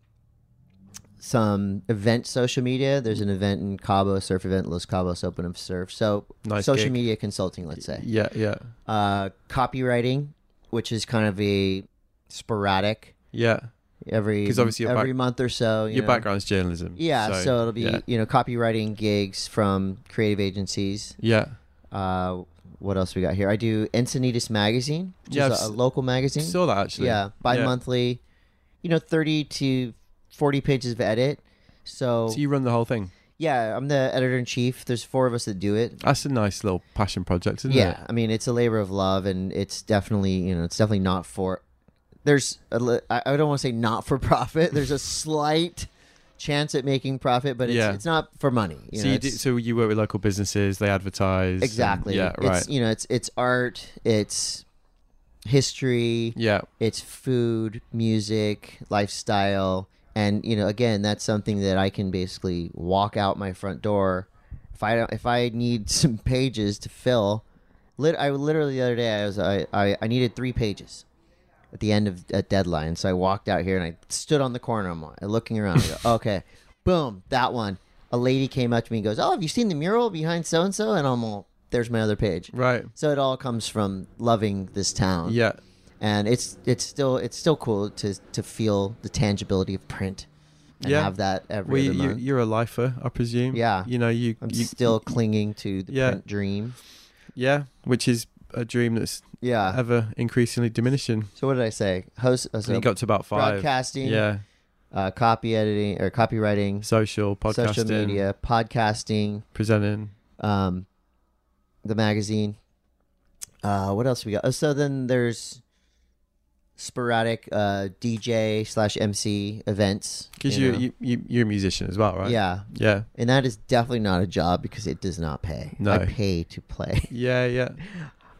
S2: some event social media. There's an event in Cabo, surf event, Los Cabos Open of Surf. So
S1: Nice
S2: social
S1: gig.
S2: media consulting, let's say.
S1: Yeah, yeah.
S2: Uh, copywriting, which is kind of a sporadic
S1: Yeah.
S2: every
S1: 'Cause obviously your
S2: every
S1: back-
S2: month or so. you
S1: Your
S2: know.
S1: background's journalism.
S2: Yeah, so, it'll be
S1: yeah.
S2: you know copywriting gigs from creative agencies.
S1: Yeah.
S2: Uh, what else we got here? I do Encinitas magazine, which
S1: Yeah, I've
S2: is a, a
S1: s-
S2: local magazine.
S1: Saw that actually.
S2: Yeah, bi-monthly. You know, thirty to forty pages of edit. So,
S1: So you run the whole thing.
S2: yeah, I'm the editor in chief. There's four of us that do it.
S1: That's a nice little passion project, isn't
S2: yeah,
S1: it?
S2: I mean, it's a labor of love, and it's definitely you know, it's definitely not for. There's a li- I I don't want to say not for profit. There's a slight chance at making profit, but it's,
S1: Yeah.
S2: it's not for money. You
S1: so
S2: know,
S1: you do,
S2: it's-
S1: so you work with local businesses, they advertise. and-
S2: exactly.
S1: yeah, right.
S2: It's you know, it's it's art, it's history,
S1: yeah.
S2: it's food, music, lifestyle, and you know, again, that's something that I can basically walk out my front door. If I don't, if I need some pages to fill, lit, I literally the other day I was I, I I needed three pages at the end of a deadline, so I walked out here and I stood on the corner. I'm like, looking around. I go, okay, boom, that one. A lady came up to me and goes, "Oh, have you seen the mural behind so and so?" And I'm all, "There's my other page."
S1: Right.
S2: So it all comes from loving this town
S1: Yeah.
S2: and it's it's still it's still cool to to feel the tangibility of print and
S1: Yeah.
S2: have that
S1: Well,
S2: every
S1: you,
S2: other
S1: you,
S2: month.
S1: you're a lifer, I presume.
S2: Yeah.
S1: You know, you.
S2: I'm
S1: you
S2: still clinging to the
S1: Yeah.
S2: print dream.
S1: Yeah, which is a dream that's
S2: Yeah.
S1: ever increasingly diminishing.
S2: so what did I say? Host. Uh, so
S1: you got to about five.
S2: broadcasting.
S1: Yeah.
S2: uh, copy editing or copywriting,
S1: Social, podcasting,
S2: social media, podcasting,
S1: presenting.
S2: um, the magazine. Uh, what else we got? Oh, so then there's sporadic uh, DJ slash MC events.
S1: Because you,
S2: know?
S1: you, you, you're a musician as well, right?
S2: yeah,
S1: Yeah.
S2: and that is definitely not a job because it does not pay.
S1: No.
S2: I pay to play.
S1: Yeah, yeah.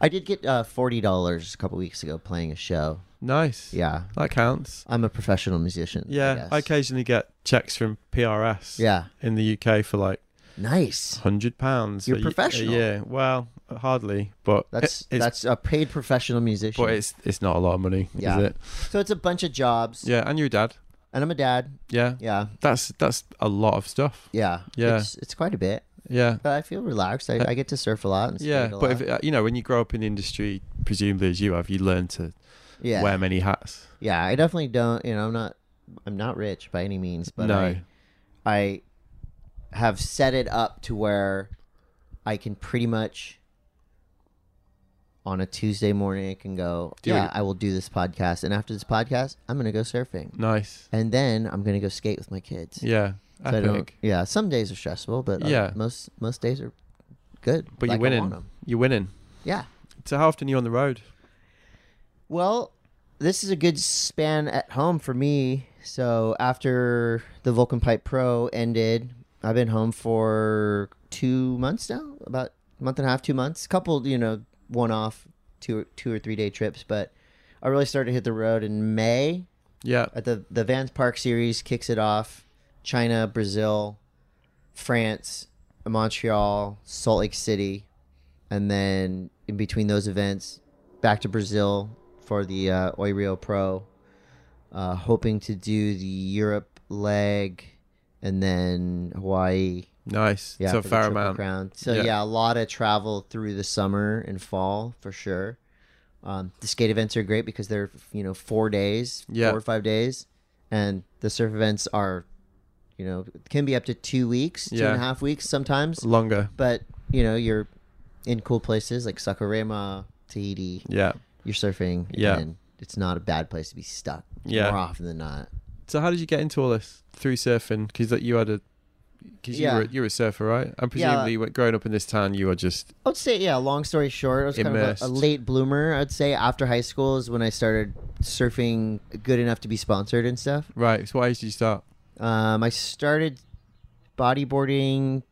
S2: I did get uh, forty dollars a couple weeks ago playing a show.
S1: Nice.
S2: Yeah,
S1: That counts.
S2: I'm a professional musician. I
S1: Yeah.
S2: guess.
S1: I, occasionally get checks from PRS
S2: Yeah,
S1: in the UK for like
S2: nice.
S1: hundred pounds.
S2: You're
S1: a,
S2: professional.
S1: Yeah. Well, hardly, but
S2: That's
S1: it- it's,
S2: that's a paid professional musician.
S1: but it's it's not a lot of money,
S2: Yeah.
S1: is it?
S2: so it's a bunch of jobs,
S1: Yeah. And your dad.
S2: and I'm a dad.
S1: Yeah.
S2: Yeah,
S1: That's that's a lot of stuff.
S2: yeah,
S1: Yeah.
S2: It's, it's quite a bit,
S1: Yeah.
S2: but I feel relaxed. I, I get to surf a lot. And
S1: Yeah,
S2: skate a
S1: but
S2: lot.
S1: if uh, you know when you grow up in the industry, presumably as you have, you learn to
S2: yeah,
S1: wear many hats.
S2: yeah, I definitely don't. You know, I'm not. I'm not rich by any means, but
S1: no,
S2: I, I have set it up to where I can pretty much on a Tuesday morning I can go,
S1: Do
S2: yeah,
S1: it.
S2: I will do this podcast, and after this podcast, I'm gonna go surfing,
S1: nice.
S2: and then I'm gonna go skate with my kids.
S1: Yeah,
S2: So I don't,
S1: epic.
S2: yeah, some days are stressful, but uh,
S1: Yeah.
S2: most most days are good.
S1: But
S2: like I
S1: you're
S2: want
S1: winning.
S2: 'em.
S1: You're winning.
S2: Yeah.
S1: So how often are you on the road?
S2: Well, this is a good span at home for me. So after the Vulcan Pipe Pro ended, I've been home for two months now, about a month and a half, two months. Couple, you know, one off, two two or three day trips, but I really started to hit the road in May.
S1: Yeah,
S2: At uh, the the Vans Park series kicks it off. China, Brazil, France, Montreal, Salt Lake City, and then in between those events, back to Brazil for the uh, Oi Rio Pro. Uh, hoping to do the Europe leg, and then Hawaii.
S1: nice.
S2: Yeah,
S1: so a
S2: for the
S1: fair
S2: Triple
S1: amount.
S2: Crown. So
S1: Yeah.
S2: yeah. a lot of travel through the summer and fall for sure. Um, the skate events are great because they're you know four days,
S1: Yeah.
S2: four or five days, and the surf events are, you know, can be up to two weeks, two
S1: Yeah.
S2: and a half weeks sometimes.
S1: Longer.
S2: But you know you're in cool places like Sakurama, Tahiti.
S1: Yeah.
S2: You're surfing.
S1: Yeah.
S2: and it's not a bad place to be stuck.
S1: Yeah.
S2: more often than not.
S1: So how did you get into all this through surfing? Because like, you had a, because you
S2: Yeah.
S1: were you were a surfer, right? And presumably, when- growing up in this town, you were just
S2: I would say, yeah, long story short, I was
S1: Immersed.
S2: kind of a, a late bloomer. I'd say after high school is when I started surfing good enough to be sponsored and stuff.
S1: right. So what age did you start?
S2: Um, I started bodyboarding,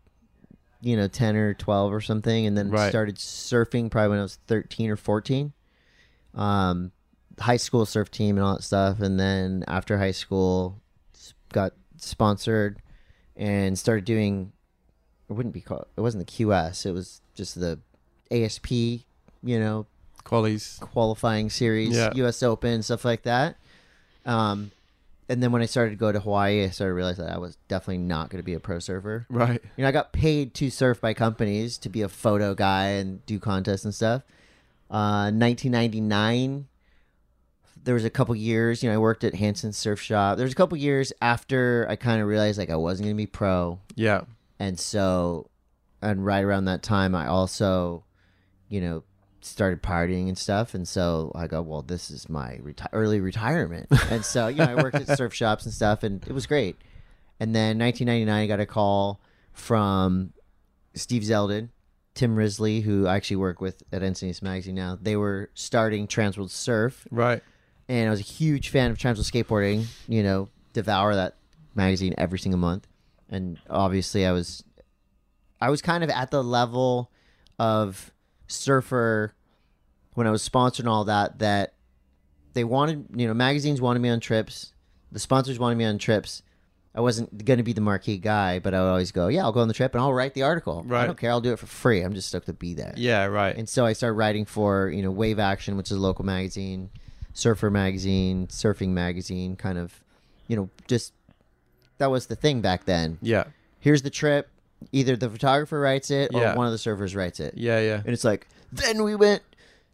S2: you know, 10 or 12 or something, and then
S1: Right.
S2: started surfing probably when I was 13 or 14. Um, high school surf team and all that stuff. And then after high school, s- got sponsored and started doing, it wouldn't be called, it wasn't the QS, it was just the ASP, you know,
S1: Qualies.
S2: qualifying series,
S1: Yeah.
S2: U.S. Open, stuff like that. Um, and then when I started to go to Hawaii, I started to realize that I was definitely not going to be a pro surfer.
S1: Right.
S2: You know, I got paid to surf by companies to be a photo guy and do contests and stuff. Uh, 1999, there was a couple years. You know, I worked at Hanson Surf Shop. There was a couple years after I kind of realized like I wasn't going to be pro
S1: Yeah.
S2: and so and right around that time i also you know started partying and stuff and so i go well this is my reti- early retirement and so you know i worked at surf shops and stuff and it was great and then 1999 i got a call from steve zeldin tim risley who i actually work with at encinitas magazine now they were starting transworld surf
S1: Right.
S2: and I was a huge fan of Transworld Skateboarding. You know, devour that magazine every single month, and obviously I was, I was kind of at the level of surfer when I was sponsored and all that. That they wanted, you know, magazines wanted me on trips, the sponsors wanted me on trips. I wasn't going to be the marquee guy, but I would always go, yeah, I'll go on the trip and I'll write the article. I
S1: Right.
S2: don't care. I'll do it for free. I'm just stoked to be there.
S1: Yeah. Right.
S2: And so I started writing for, you know, Wave Action, which is a local magazine, Surfer magazine, Surfing magazine, kind of, you know, just that was the thing back then.
S1: yeah.
S2: Here's the trip. Either the photographer writes it or
S1: Yeah.
S2: one of the surfers writes it.
S1: Yeah. Yeah.
S2: And it's like, then we went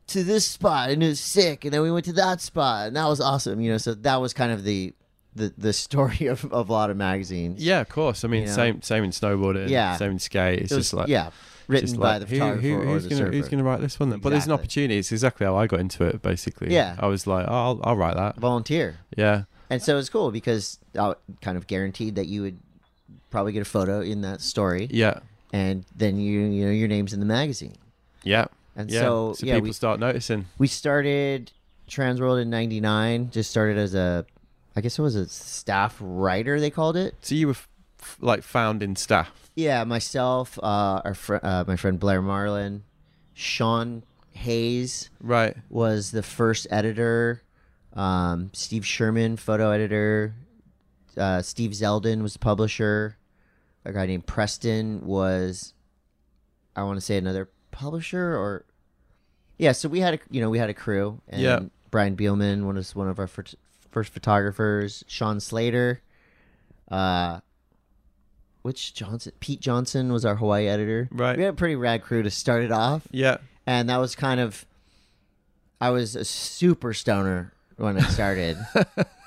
S2: to this spot and it was sick. And then we went to that spot and that was awesome. You know, so that was kind of the the, the story of, of a lot of magazines.
S1: Yeah, of course. I mean,
S2: You know?
S1: same same in snowboarding.
S2: Yeah.
S1: Same in skate. It's
S2: It was-
S1: just like
S2: yeah, written
S1: just
S2: by
S1: like,
S2: the photographer or
S1: who's
S2: the
S1: gonna,
S2: surfer.
S1: Who's going to write this one then? But there's an
S2: Exactly.
S1: opportunity. It's exactly how I got into it. Basically.
S2: Yeah.
S1: I was like, oh, I'll I'll write that.
S2: Volunteer.
S1: Yeah.
S2: And so it's cool because I kind of guaranteed that you would probably get a photo in that story,
S1: Yeah.
S2: and then you you know your name's in the magazine.
S1: Yeah.
S2: And
S1: yeah.
S2: so, yeah,
S1: people
S2: we-
S1: start noticing.
S2: We started Transworld in '99. Just started as a, I guess it was a staff writer. They called it.
S1: So you were f- f- like founding staff.
S2: Yeah, myself, uh, our fr- uh, my friend Blair Marlin, Sean Hayes
S1: Right.
S2: was the first editor. Um, Steve Sherman, photo editor. Uh, Steve Zeldin was the publisher. A guy named Preston was, I want to say, another publisher or, yeah. So we had a you know we had a crew and
S1: Yeah.
S2: Brian Bielman one was one of our first, first photographers. Sean Slater, uh, which Johnson Pete Johnson was our Hawaii editor.
S1: Right.
S2: We had a pretty rad crew to start it off
S1: Yeah.
S2: and that was kind of i was a super stoner when i started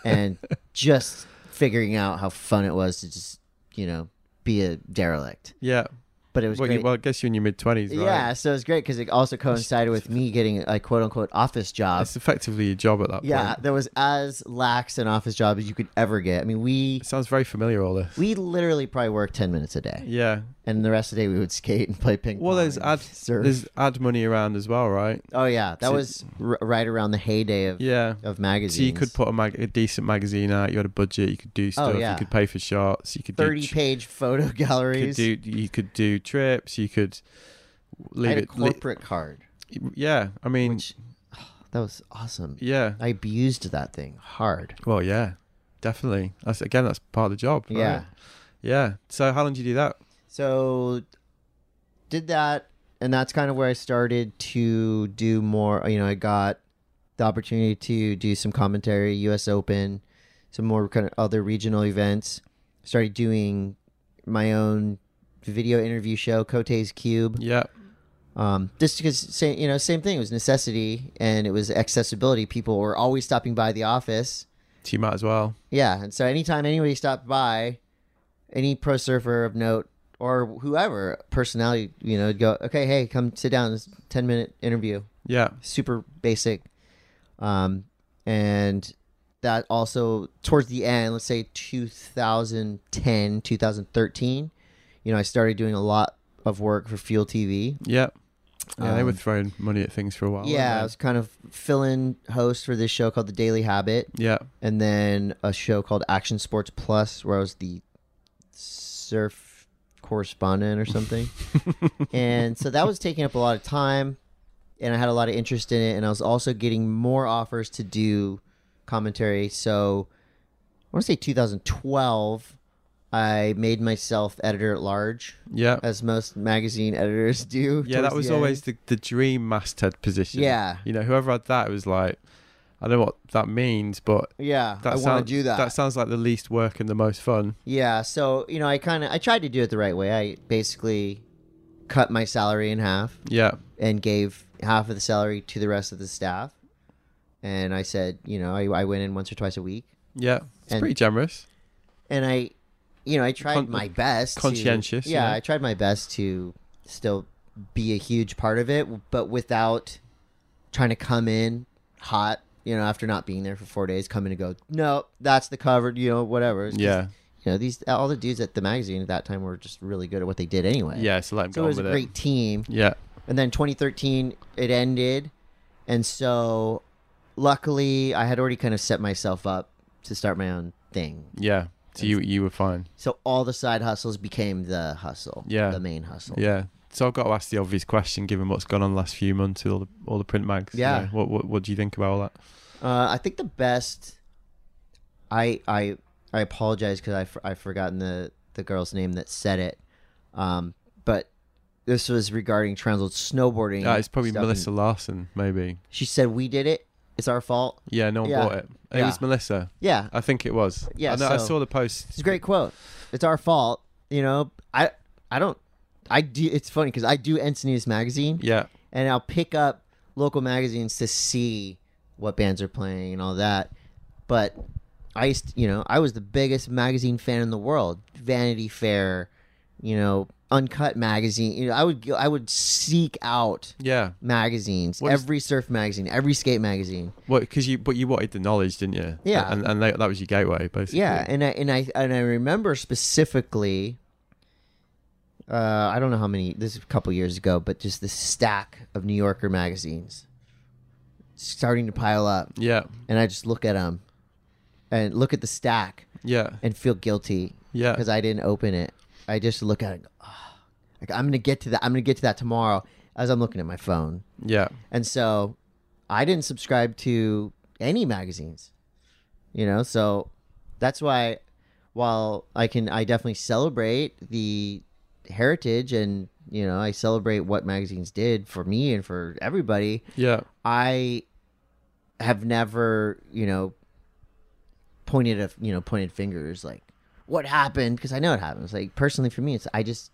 S2: and just figuring out how fun it was to just you know be a derelict
S1: Yeah.
S2: but it was
S1: Well,
S2: great
S1: you, well, I guess you're in your mid 20s, right?
S2: yeah so it was great because it also coincided with me getting a quote unquote office job
S1: It's effectively your job at that
S2: yeah
S1: point.
S2: there was as lax an office job as you could ever get i mean we
S1: It sounds very familiar, all this.
S2: we literally probably worked 10 minutes a day
S1: yeah.
S2: and the rest of the day we would skate and play ping pong
S1: Well, there's
S2: and
S1: ad,
S2: surf.
S1: there's ad money around as well, right?
S2: oh yeah that
S1: so-
S2: was r- right around the heyday of
S1: Yeah.
S2: of magazines Oh,
S1: So you could put a, mag- a decent magazine out. You had a budget. You could do stuff.
S2: yeah.
S1: You could pay for shots. You could do
S2: 30
S1: tr-
S2: page photo
S1: could
S2: galleries.
S1: do you could do trips. You could
S2: I
S1: leave
S2: had a
S1: it. li-
S2: corporate card,
S1: yeah, I mean,
S2: which oh, that was awesome.
S1: yeah.
S2: I abused that thing hard.
S1: well, yeah, definitely. That's again, that's part of the job. right?
S2: Yeah.
S1: yeah. So how long do you do that?
S2: So did that, and that's kind of where I started to do more. You know, I got the opportunity to do some commentary, U.S. Open, some more kind of other regional events. Started doing my own video interview show, Cote's Cube.
S1: Yeah,
S2: Um, just because same you know same thing it was necessity and it was accessibility. People were always stopping by the office.
S1: so you might as well.
S2: Yeah, and so anytime anybody stopped by, any pro surfer of note or whoever personality you know would go okay hey come sit down this ten minute interview
S1: Yeah,
S2: super basic. Um, and that also towards the end, let's say 2010, 2013, you know, I started doing a lot of work for Fuel TV.
S1: yeah, yeah. they were
S2: Um,
S1: throwing money at things for a while. weren't
S2: yeah,
S1: they?
S2: I was kind of fill-in host for this show called The Daily Habit,
S1: yeah,
S2: and then a show called Action Sports Plus, where I was the surf correspondent or something. and so that was taking up a lot of time, and I had a lot of interest in it, and I was also getting more offers to do commentary. So I want to say 2012, I made myself editor at large,
S1: yeah.
S2: as most magazine editors do.
S1: yeah, that
S2: towards
S1: was
S2: the end.
S1: always the, the dream masthead position.
S2: Yeah.
S1: You know, whoever had that, it was like, I don't know what that means, but
S2: Yeah,
S1: that
S2: I want
S1: sounds,
S2: to do that.
S1: That sounds like the least work and the most fun.
S2: Yeah, so you know, I kind of I tried to do it the right way. I basically cut my salary in half
S1: Yeah,
S2: and gave half of the salary to the rest of the staff. And I said, you know, I, I went in once or twice a week,
S1: yeah. It's
S2: And-
S1: pretty generous.
S2: and I, you know, I tried
S1: Con-
S2: my best. to-
S1: conscientious,
S2: yeah,
S1: yeah.
S2: I tried my best to still be a huge part of it, but without trying to come in hot. You know, after not being there for four days, come in and go, no, that's the cover. You know, whatever. It's just-
S1: Yeah.
S2: you know these all the dudes at the magazine at that time were just really good at what they did anyway.
S1: Yeah, so let him go
S2: so it
S1: on
S2: was a
S1: with
S2: great
S1: it.
S2: team.
S1: Yeah,
S2: And then 2013 it ended, and so luckily I had already kind of set myself up to start my own thing.
S1: yeah. So you you were fine.
S2: So all the side hustles became the hustle.
S1: Yeah.
S2: the main hustle.
S1: Yeah. So I've got to ask the obvious question, given what's gone on the last few months with all the all the print mags. you
S2: Yeah.
S1: know, what, what what do you think about all that?
S2: Uh, I think the best. I I I apologize because I f- I've forgotten the the girl's name that said it, um, but this was regarding transit snowboarding.
S1: Uh, it's probably
S2: stuff,
S1: Melissa
S2: and
S1: Larson, maybe.
S2: She said we did it. It's our fault.
S1: Yeah, no one
S2: Yeah.
S1: bought it. It
S2: Yeah.
S1: was Melissa.
S2: Yeah,
S1: I think it was.
S2: Yeah,
S1: I, know, I
S2: so-
S1: saw the post.
S2: it's a great quote. It's our fault. You know, I I don't. I do. It's funny because I do Encinitas magazine,
S1: Yeah,
S2: and I'll pick up local magazines to see what bands are playing and all that. But I used, you know, I was the biggest magazine fan in the world. Vanity Fair, you know, Uncut magazine. You know, I would go- I would seek out
S1: Yeah.
S2: magazines,
S1: What is-
S2: every surf magazine, every skate magazine.
S1: Well, because you but you wanted the knowledge, didn't you?
S2: Yeah.
S1: And and that, that was your gateway, basically.
S2: Yeah, and I and I and I remember specifically. Uh, I don't know how many. This is a couple years ago, but just the stack of New Yorker magazines starting to pile up,
S1: Yeah.
S2: and I just look at them, and look at the stack,
S1: Yeah.
S2: and feel guilty
S1: Yeah.
S2: because I didn't open it. I just look at it. And go, oh, like I'm gonna get to that. I'm gonna get to that tomorrow. As I'm looking at my phone,
S1: Yeah.
S2: Mm-hmm. and so I didn't subscribe to any magazines. You know, so that's why while I can I definitely celebrate the heritage and you know, I celebrate what magazines did for me and for everybody.
S1: Yeah.
S2: I have never, you know, pointed a, you know, pointed fingers like what happened because I know it happens. Like personally for me, it's I just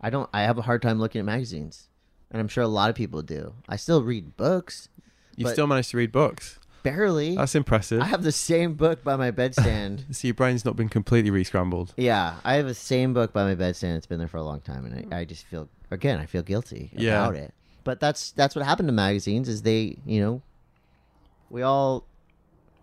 S2: I don't I have a hard time looking at magazines, and I'm sure a lot of people do. I still read books
S1: You
S2: But-
S1: still managed to read books.
S2: barely.
S1: That's impressive.
S2: I have the same book by my bedstand.
S1: so your brain's not been completely re-scrambled.
S2: yeah, I have the same book by my bedstand. It's been there for a long time, and I, I just feel again I feel guilty
S1: Yeah.
S2: about it. But that's that's what happened to magazines is they you know we all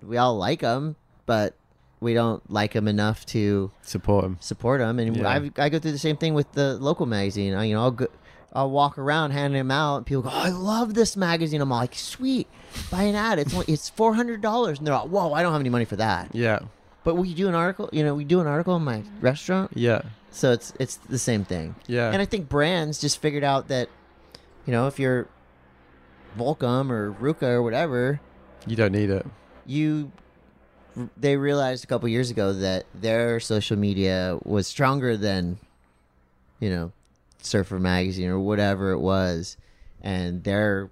S2: we all like them, but we don't like them enough to
S1: Support him.
S2: support them. And
S1: Yeah.
S2: I, I go through the same thing with the local magazine. I, you know, I'll go, I'll walk around handing them out. And people go, oh, I love this magazine. I'm like, sweet, buy an ad. It's only, it's four hundred dollars, and they're like, whoa, I don't have any money for that.
S1: Yeah.
S2: But we do an article. You know, we do an article in my restaurant,
S1: Yeah.
S2: so it's it's the same thing.
S1: Yeah.
S2: And I think brands just figured out that, you know, if you're Volcom or Ruka or whatever,
S1: You don't need it.
S2: you they realized a couple years ago that their social media was stronger than you know surfer magazine or whatever it was and they're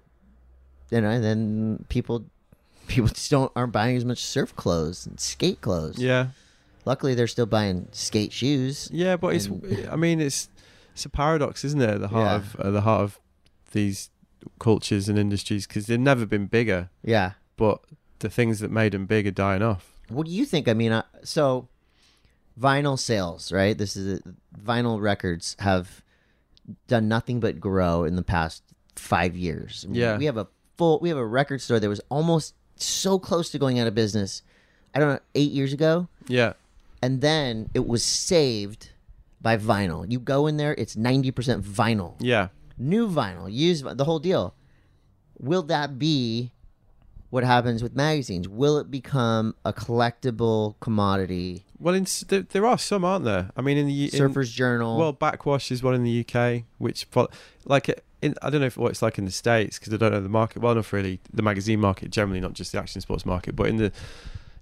S2: you know then people people just don't aren't buying as much surf clothes and skate clothes
S1: Yeah.
S2: luckily they're still buying skate shoes
S1: Yeah, but it's.
S2: And-
S1: I mean, it's it's a paradox, isn't it? At the heart
S2: Yeah.
S1: of uh, the heart of these cultures and industries because they've never been bigger,
S2: yeah
S1: but the things that made them big are dying off.
S2: what do you think? I mean, uh, so vinyl sales, right? This is vinyl records have done nothing but grow in the past five years. I mean,
S1: Yeah.
S2: we have a full, we have a record store that was almost so close to going out of business. I don't know, eight years ago,
S1: Yeah,
S2: and then it was saved by vinyl. You go in there, it's ninety percent vinyl
S1: yeah,
S2: new vinyl, used vi- the whole deal. Will that be what happens with magazines? Will it become a collectible commodity?
S1: Well, in, s- there, there are some, aren't there? I mean, in the in-
S2: Surfer's Journal.
S1: well, backwash is one in the UK, which fol- like in, I don't know if what it's like in the states because I don't know the market well enough really. The magazine market generally, not just the action sports market, but in the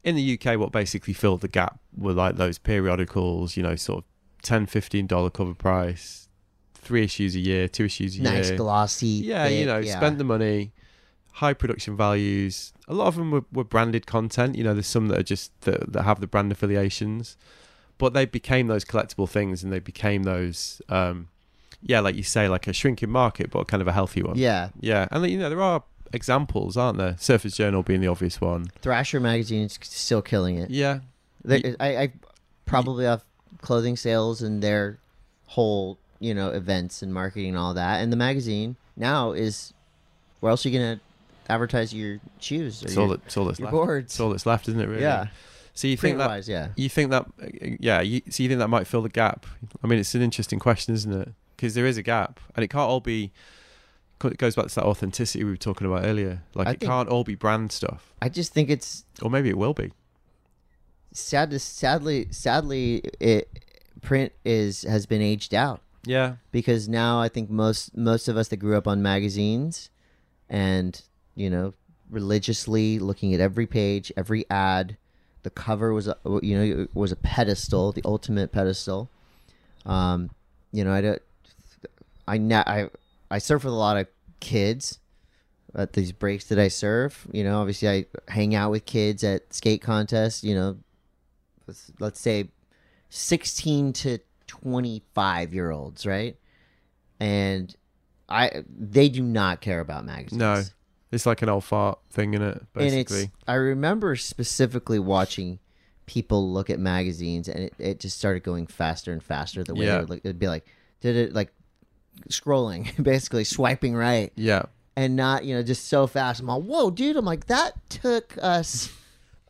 S1: in the UK, what basically filled the gap were like those periodicals, you know, sort of 10 15 dollar cover price, three issues a year, two issues a
S2: nice
S1: year.
S2: glossy.
S1: Yeah, you
S2: thick,
S1: know,
S2: yeah.
S1: spend the money, high production values. A lot of them were, were branded content. You know, there's some that are just that, that have the brand affiliations, but they became those collectible things, and they became those, um, yeah, like you say, like a shrinking market, but kind of a healthy one.
S2: Yeah,
S1: yeah, and you know there are examples, aren't there? Surface Journal being the obvious one.
S2: Thrasher magazine is still killing it.
S1: Yeah,
S2: They, I, I probably have clothing sales and their whole you know events and marketing and all that. And the magazine now is where else are you gonna advertise your shoes? Or
S1: it's
S2: your,
S1: all that, it's all that's
S2: your
S1: left.
S2: boards.
S1: It's all that's left, isn't it? Really?
S2: Yeah,
S1: So you think that
S2: print-wise, yeah.
S1: You think that, yeah. You, so you think that might fill the gap? I mean, it's an interesting question, isn't it? Because there is a gap, and it can't all be. It goes back to that authenticity we were talking about earlier. Like
S2: I
S1: it
S2: think-
S1: can't all be brand stuff,
S2: I just think it's
S1: or maybe it will be.
S2: sad to, sadly sadly it print is has been aged out
S1: Yeah,
S2: because now I think most most of us that grew up on magazines and you know religiously looking at every page, every ad, the cover was a, you know was a pedestal, the ultimate pedestal. Um, you know I don't I na- I I surf with a lot of kids at these breaks that I serve. You know, obviously I hang out with kids at skate contests. You know, let's, let's say 16 to 25 year olds, right? And I they do not care about magazines.
S1: no, it's like an old fart thing, in it? Basically,
S2: And it's, I remember specifically watching people look at magazines, and it, it just started going faster and faster. The way
S1: Yeah.
S2: they would look, it'd be like did it like scrolling, basically swiping right
S1: Yeah.
S2: and not, you know, just so fast. I'm like, whoa, dude. I'm like, that took us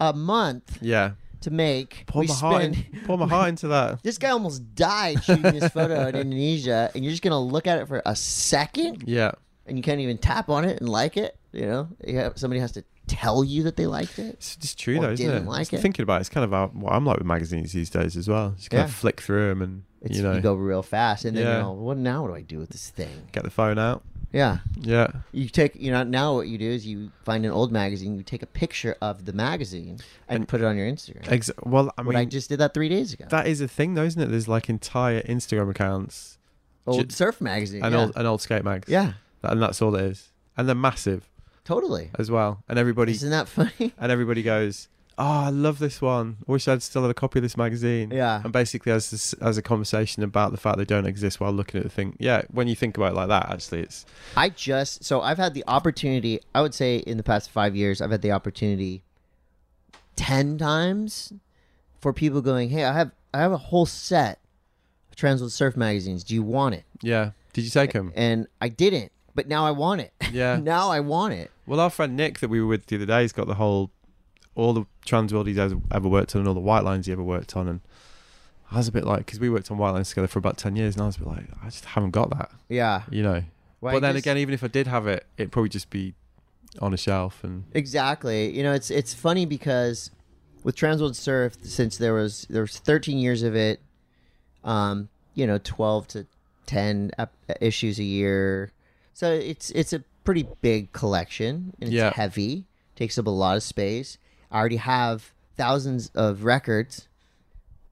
S2: a month
S1: Yeah.
S2: to make.
S1: Pour
S2: We
S1: my heart in,
S2: spent-
S1: pour my heart into that.
S2: This guy almost died shooting this photo in Indonesia, and you're just gonna look at it for a second,
S1: Yeah.
S2: and you can't even tap on it and like it. You know, yeah, somebody has to tell you that they liked it.
S1: It's just true
S2: Or
S1: though, isn't
S2: didn't
S1: it?
S2: like
S1: Just
S2: it.
S1: Thinking about it, it's kind of out what I'm like with magazines these days as well. Just kind
S2: Yeah.
S1: of flick through them and
S2: It's,
S1: you know
S2: go real fast, and then
S1: Yeah.
S2: you're all, what now? What do I do with this thing?
S1: get the phone out.
S2: Yeah,
S1: Yeah.
S2: you take you know now what you do is you find an old magazine, you take a picture of the magazine, and,
S1: And-
S2: put it on your Instagram.
S1: Ex- well, I
S2: what
S1: mean,
S2: I just did that three days ago.
S1: that is a thing though, isn't it? There's like entire Instagram accounts
S2: old
S1: ju- uh,
S2: surf magazine.
S1: and
S2: yeah.
S1: old and old skate mags.
S2: yeah,
S1: And that's all it is. And they're massive
S2: totally.
S1: as well. And everybody
S2: Isn't that funny?
S1: and everybody goes, "Oh, I love this one. I wish I'd still had a copy of this magazine."
S2: Yeah.
S1: and basically has this as a conversation about the fact they don't exist while looking at the thing. Yeah, when you think about it like that, actually, it's
S2: I just so I've had the opportunity. I would say in the past five years, I've had the opportunity ten times for people going, "Hey, I have I have a whole set of Transworld Surf magazines. Do you want it?"
S1: yeah. Did you take them?
S2: And I didn't, but now I want it.
S1: Yeah.
S2: now I want it.
S1: Well, our friend Nick that we were with the other day, he's got the whole all the trans world he's ever ever worked on and all the white lines he ever worked on and. I was a bit like, because we worked on white lines together for about 10 years, and I was a bit like, I just haven't got that,
S2: Yeah.
S1: you know.
S2: Well, I
S1: but then
S2: just-
S1: again, even if I did have it, it'd probably just be on a shelf. And
S2: Exactly. You know, it's it's funny because with Transworld Surf, since there was there was 13 years of it, um, you know, 12 to 10 ep- issues a year, so it's it's a pretty big collection and it's
S1: Yeah.
S2: heavy, takes up a lot of space. I already have thousands of records.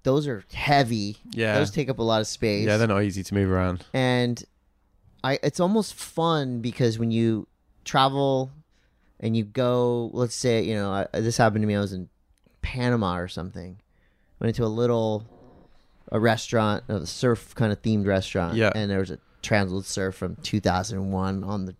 S2: Those are heavy.
S1: Yeah.
S2: Those take up a lot of space
S1: yeah, they're not easy to move around.
S2: and I it's almost fun because when you travel and you go, let's say you know I, this happened to me. I was in Panama or something. Went into a little a restaurant, a surf kind of themed restaurant,
S1: Yeah.
S2: and there was a Transworld surf from 2001 on the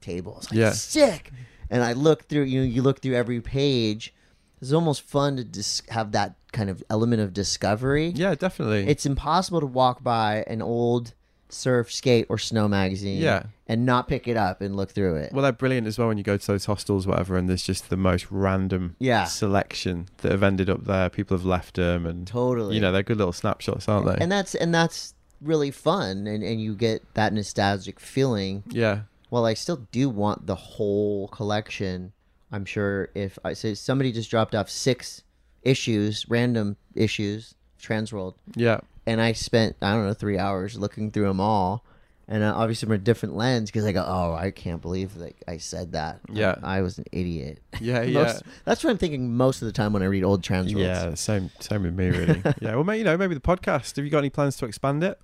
S2: table. I was like,
S1: Yeah.
S2: sick. And I looked through you know you look through every page. It's almost fun to just have that kind of element of discovery.
S1: Yeah, definitely.
S2: It's impossible to walk by an old surf, skate, or snow magazine
S1: Yeah.
S2: and not pick it up and look through it.
S1: Well, they're brilliant as well when you go to those hostels, whatever, and there's just the most random
S2: Yeah.
S1: selection that have ended up there. People have left them, and
S2: Totally.
S1: you know they're good little snapshots, aren't they?
S2: and that's and that's really fun and, and you get that nostalgic feeling.
S1: yeah,
S2: While I still do want the whole collection, I'm sure if I say somebody just dropped off six issues, random issues, Transworld,
S1: yeah,
S2: and I spent I don't know three hours looking through them all, and uh, obviously from a different lens because I go, oh, I can't believe like I said that.
S1: Yeah.
S2: I, was an idiot.
S1: yeah, yeah.
S2: Most- That's what I'm thinking most of the time when I read old transworlds.
S1: Yeah, same, same with me, really. yeah, well, maybe you know, maybe the podcast. Have you got any plans to expand it?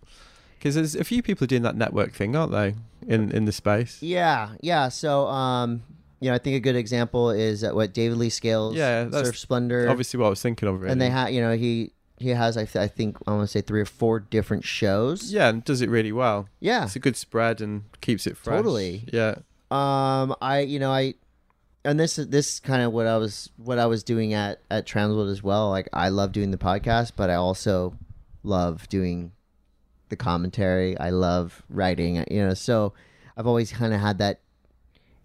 S1: Because there's a few people doing that network thing, aren't they? In in the space.
S2: yeah, yeah. So, um, you know, I think a good example is uh, what David Lee Scales,
S1: Yeah, that's
S2: Surf Splendor,
S1: Obviously, what I was thinking of. Really.
S2: and they have, you know, he he has I, th- I think I want to say three or four different shows.
S1: yeah, and does it really well.
S2: Yeah.
S1: It's a good spread and keeps it fresh.
S2: Totally.
S1: Yeah.
S2: Um, I you know I, and this is this kind of what I was what I was doing at at Transworld as well. Like I love doing the podcast, but I also love doing the commentary. I love writing. You know, so I've always kind of had that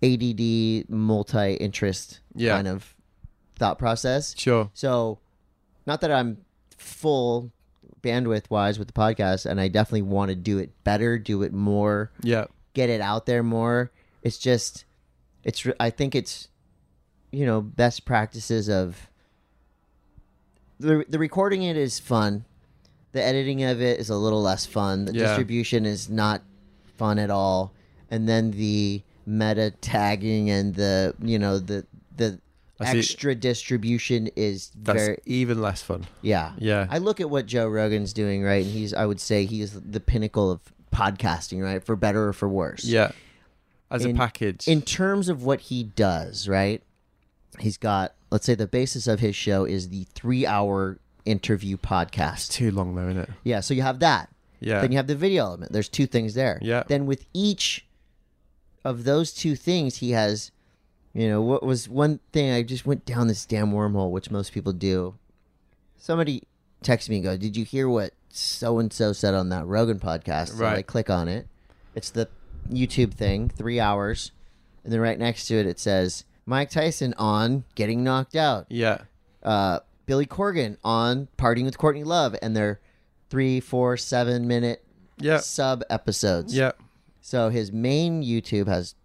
S2: ADD multi interest
S1: Yeah.
S2: kind of thought process.
S1: Sure.
S2: So, not that I'm full bandwidth wise with the podcast, and I definitely want to do it better, do it more
S1: Yeah.
S2: get it out there more. It's just, it's. re- I think it's, you know, best practices of. The the recording it is fun, the editing of it is a little less fun. The
S1: Yeah.
S2: distribution is not fun at all, and then the meta tagging and the you know the the.
S1: I see.
S2: Extra distribution is
S1: That's
S2: very
S1: even less fun.
S2: yeah.
S1: Yeah.
S2: I look at what Joe Rogan's doing, right? And he's I would say he's the pinnacle of podcasting, right? For better or for worse.
S1: Yeah. As
S2: In-
S1: a package.
S2: In terms of what he does, right? He's got let's say the basis of his show is the 3-hour interview podcast.
S1: too long though, isn't it?
S2: Yeah, so you have that.
S1: Yeah.
S2: Then you have the video element. There's two things there.
S1: Yeah.
S2: Then with each of those two things, he has, you know, what was one thing I just went down this damn wormhole, which most people do. Somebody texted me and go, "Did you hear what so and so said on that Rogan podcast. So
S1: Right.
S2: I click on it. It's the YouTube thing, three hours, and then right next to it it says Mike Tyson on getting knocked out.
S1: Yeah.
S2: Uh, Billy Corgan on partying with Courtney Love, and they're three, four, seven minute
S1: Yeah.
S2: sub episodes.
S1: Yeah.
S2: So his main YouTube has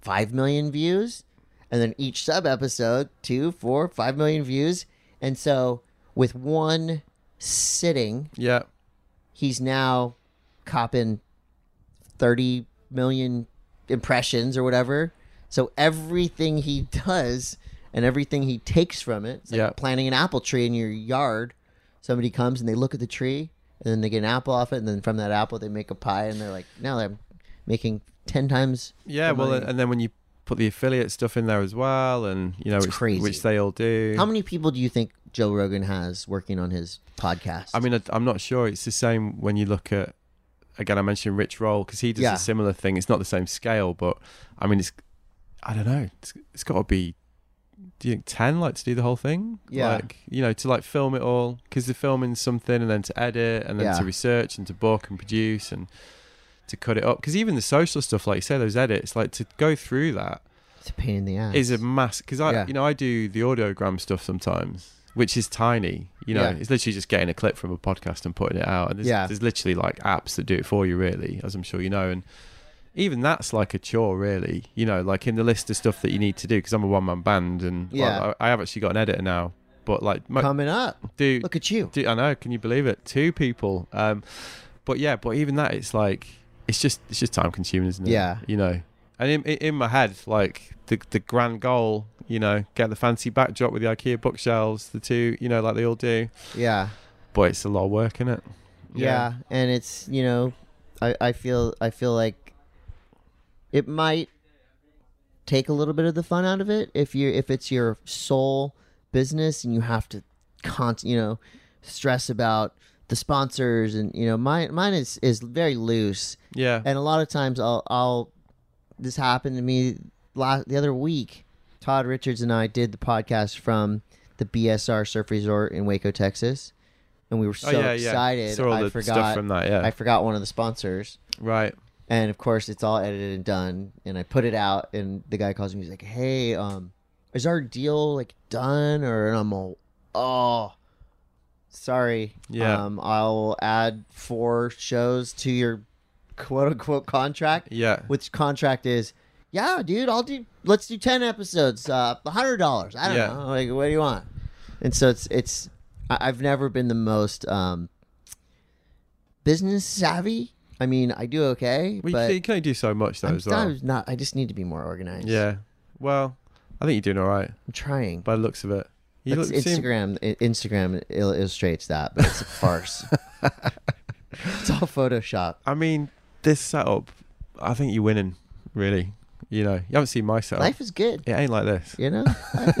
S2: five million views, and then each sub episode, two, four, five million views. And so with one sitting,
S1: Yeah.
S2: he's now copping thirty million impressions or whatever. So everything he does and everything he takes from it, it's like
S1: Yeah.
S2: planting an apple tree in your yard. Somebody comes and they look at the tree and then they get an apple off it, and then from that apple they make a pie, and they're like, now they're making ten times.
S1: Yeah.
S2: the
S1: Well,
S2: money."
S1: and then when you put the affiliate stuff in there as well, and you know,
S2: It's
S1: which,
S2: crazy.
S1: which they all do.
S2: how many people do you think Joe Rogan has working on his podcast?
S1: I mean, I, I'm not sure. It's the same when you look at, again, I mentioned Rich Roll because he does
S2: Yeah.
S1: a similar thing. It's not the same scale, but I mean, it's, I don't know. It's, it's got to be, do you think 10 like to do the whole thing?
S2: Yeah.
S1: Like, you know, to like film it all because they're filming something and then to edit and then
S2: Yeah.
S1: to research and to book and produce and to cut it up. Because even the social stuff, like you say, those edits, like to go through that
S2: it's a pain in the ass.
S1: is a mass because I
S2: Yeah.
S1: you know I do the audiogram stuff sometimes, which is tiny. You know,
S2: Yeah.
S1: it's literally just getting a clip from a podcast and putting it out. And there's,
S2: Yeah.
S1: there's literally like apps that do it for you, really, as I'm sure you know. And even that's like a chore, really. You know, like in the list of stuff that you need to do because I'm a one man band and well,
S2: Yeah.
S1: I, I have actually got an editor now. But like, mo-
S2: coming up.
S1: do
S2: Look at you.
S1: Dude, I know. Can you believe it? Two people. Um, but yeah, but even that, it's like it's just it's just time consuming, isn't it?
S2: Yeah.
S1: You know, and in in in my head, like the the grand goal, you know, get the fancy backdrop with the IKEA bookshelves, the two, you know, like they all do.
S2: Yeah.
S1: But it's a lot of work, is it?
S2: yeah. and it's you know I, I feel i feel like it might take a little bit of the fun out of it if you if it's your sole business and you have to con you know stress about the sponsors and you know mine mine is is very loose
S1: Yeah.
S2: and a lot of times I'll, I'll this happened to me last, the other week. Todd Richards and I did the podcast from the BSR Surf Resort in Waco, Texas, and we were so
S1: oh yeah, yeah.
S2: excited.
S1: Saw all
S2: I
S1: the
S2: forgot
S1: stuff from that. Yeah.
S2: I forgot one of the sponsors,
S1: right.
S2: and of course it's all edited and done. And I put it out, and the guy calls me. He's like, "Hey, um, is our deal like done?" Or and I'm all, "Oh." Sorry.
S1: Yeah.
S2: Um, I'll add four shows to your quote unquote contract
S1: Yeah.
S2: which contract is yeah dude i'll do let's do 10 episodes uh $100 i don't
S1: Yeah.
S2: know like what do you want and so it's it's I- i've never been the most um business savvy i mean i do okay
S1: Well, you,
S2: but
S1: can, you can only do so much though
S2: I'm,
S1: as well.
S2: not, not- i just need to be more organized
S1: Yeah. Well, I think you're doing all right
S2: i'm trying
S1: by the looks of it. You
S2: That's
S1: look- seem-
S2: instagram I- instagram il- illustrates that but it's a farce it's all photoshop
S1: I mean, this setup, I think you're winning, really. You know, you haven't seen my setup.
S2: life is good
S1: It ain't like this.
S2: you know life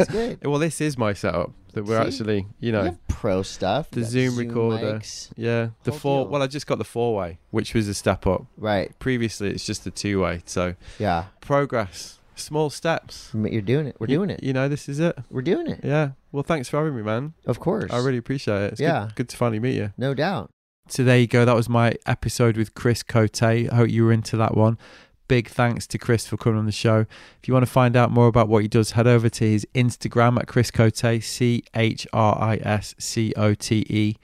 S2: is good
S1: Well, this is my setup that we're
S2: See?
S1: actually, you
S2: you
S1: know,
S2: have pro stuff
S1: the
S2: you got
S1: Zoom recorder.
S2: mics.
S1: yeah, the
S2: Whole
S1: four.
S2: deal.
S1: Well, I just got the four way, which was a step up.
S2: right
S1: Previously, it's just the two way. So
S2: yeah
S1: progress, small steps.
S2: You're doing it. We're doing it.
S1: You know, this is it.
S2: We're doing it.
S1: Yeah. Well, thanks for having me, man.
S2: Of course.
S1: I really appreciate it. It's
S2: Yeah.
S1: Good, good to finally meet you.
S2: no doubt.
S1: So there you go. That was my episode with Chris Cote. I hope you were into that one. Big thanks to Chris for coming on the show. If you want to find out more about what he does, head over to his Instagram at Chris Cote, C H R I S C O T E,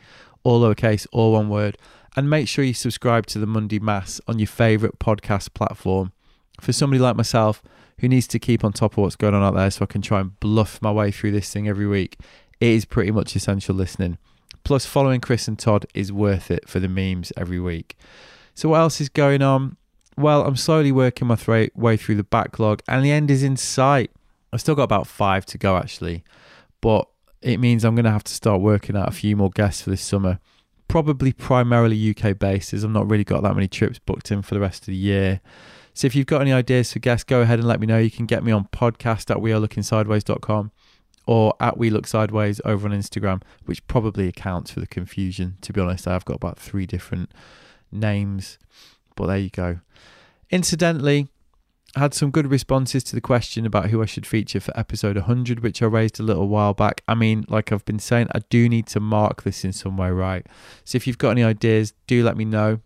S1: all lowercase, all one word. And make sure you subscribe to the Monday Mass on your favorite podcast platform. For somebody like myself who needs to keep on top of what's going on out there so I can try and bluff my way through this thing every week, it is pretty much essential listening. Plus, following Chris and Todd is worth it for the memes every week. So, what else is going on? Well, I'm slowly working my thra- way through the backlog, and the end is in sight. I've still got about five to go, actually, but it means I'm going to have to start working out a few more guests for this summer. Probably primarily UK based, as I've not really got that many trips booked in for the rest of the year. So, if you've got any ideas for guests, go ahead and let me know. You can get me on podcast at wearelookingsideways.com or at We Look Sideways over on Instagram, which probably accounts for the confusion. To be honest, I've got about three different names, but there you go. Incidentally, I had some good responses to the question about who I should feature for episode 100, which I raised a little while back. I mean, like I've been saying, I do need to mark this in some way, right? So if you've got any ideas, do let me know.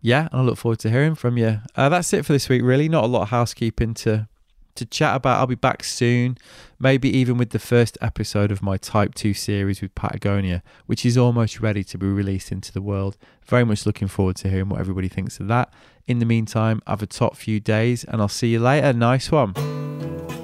S1: Yeah, and I look forward to hearing from you. Uh, that's it for this week, really. Not a lot of housekeeping to to chat about. I'll be back soon, maybe even with the first episode of my Type 2 series with Patagonia, which is almost ready to be released into the world. Very much looking forward to hearing what everybody thinks of that. In the meantime, have a top few days and I'll see you later. Nice one.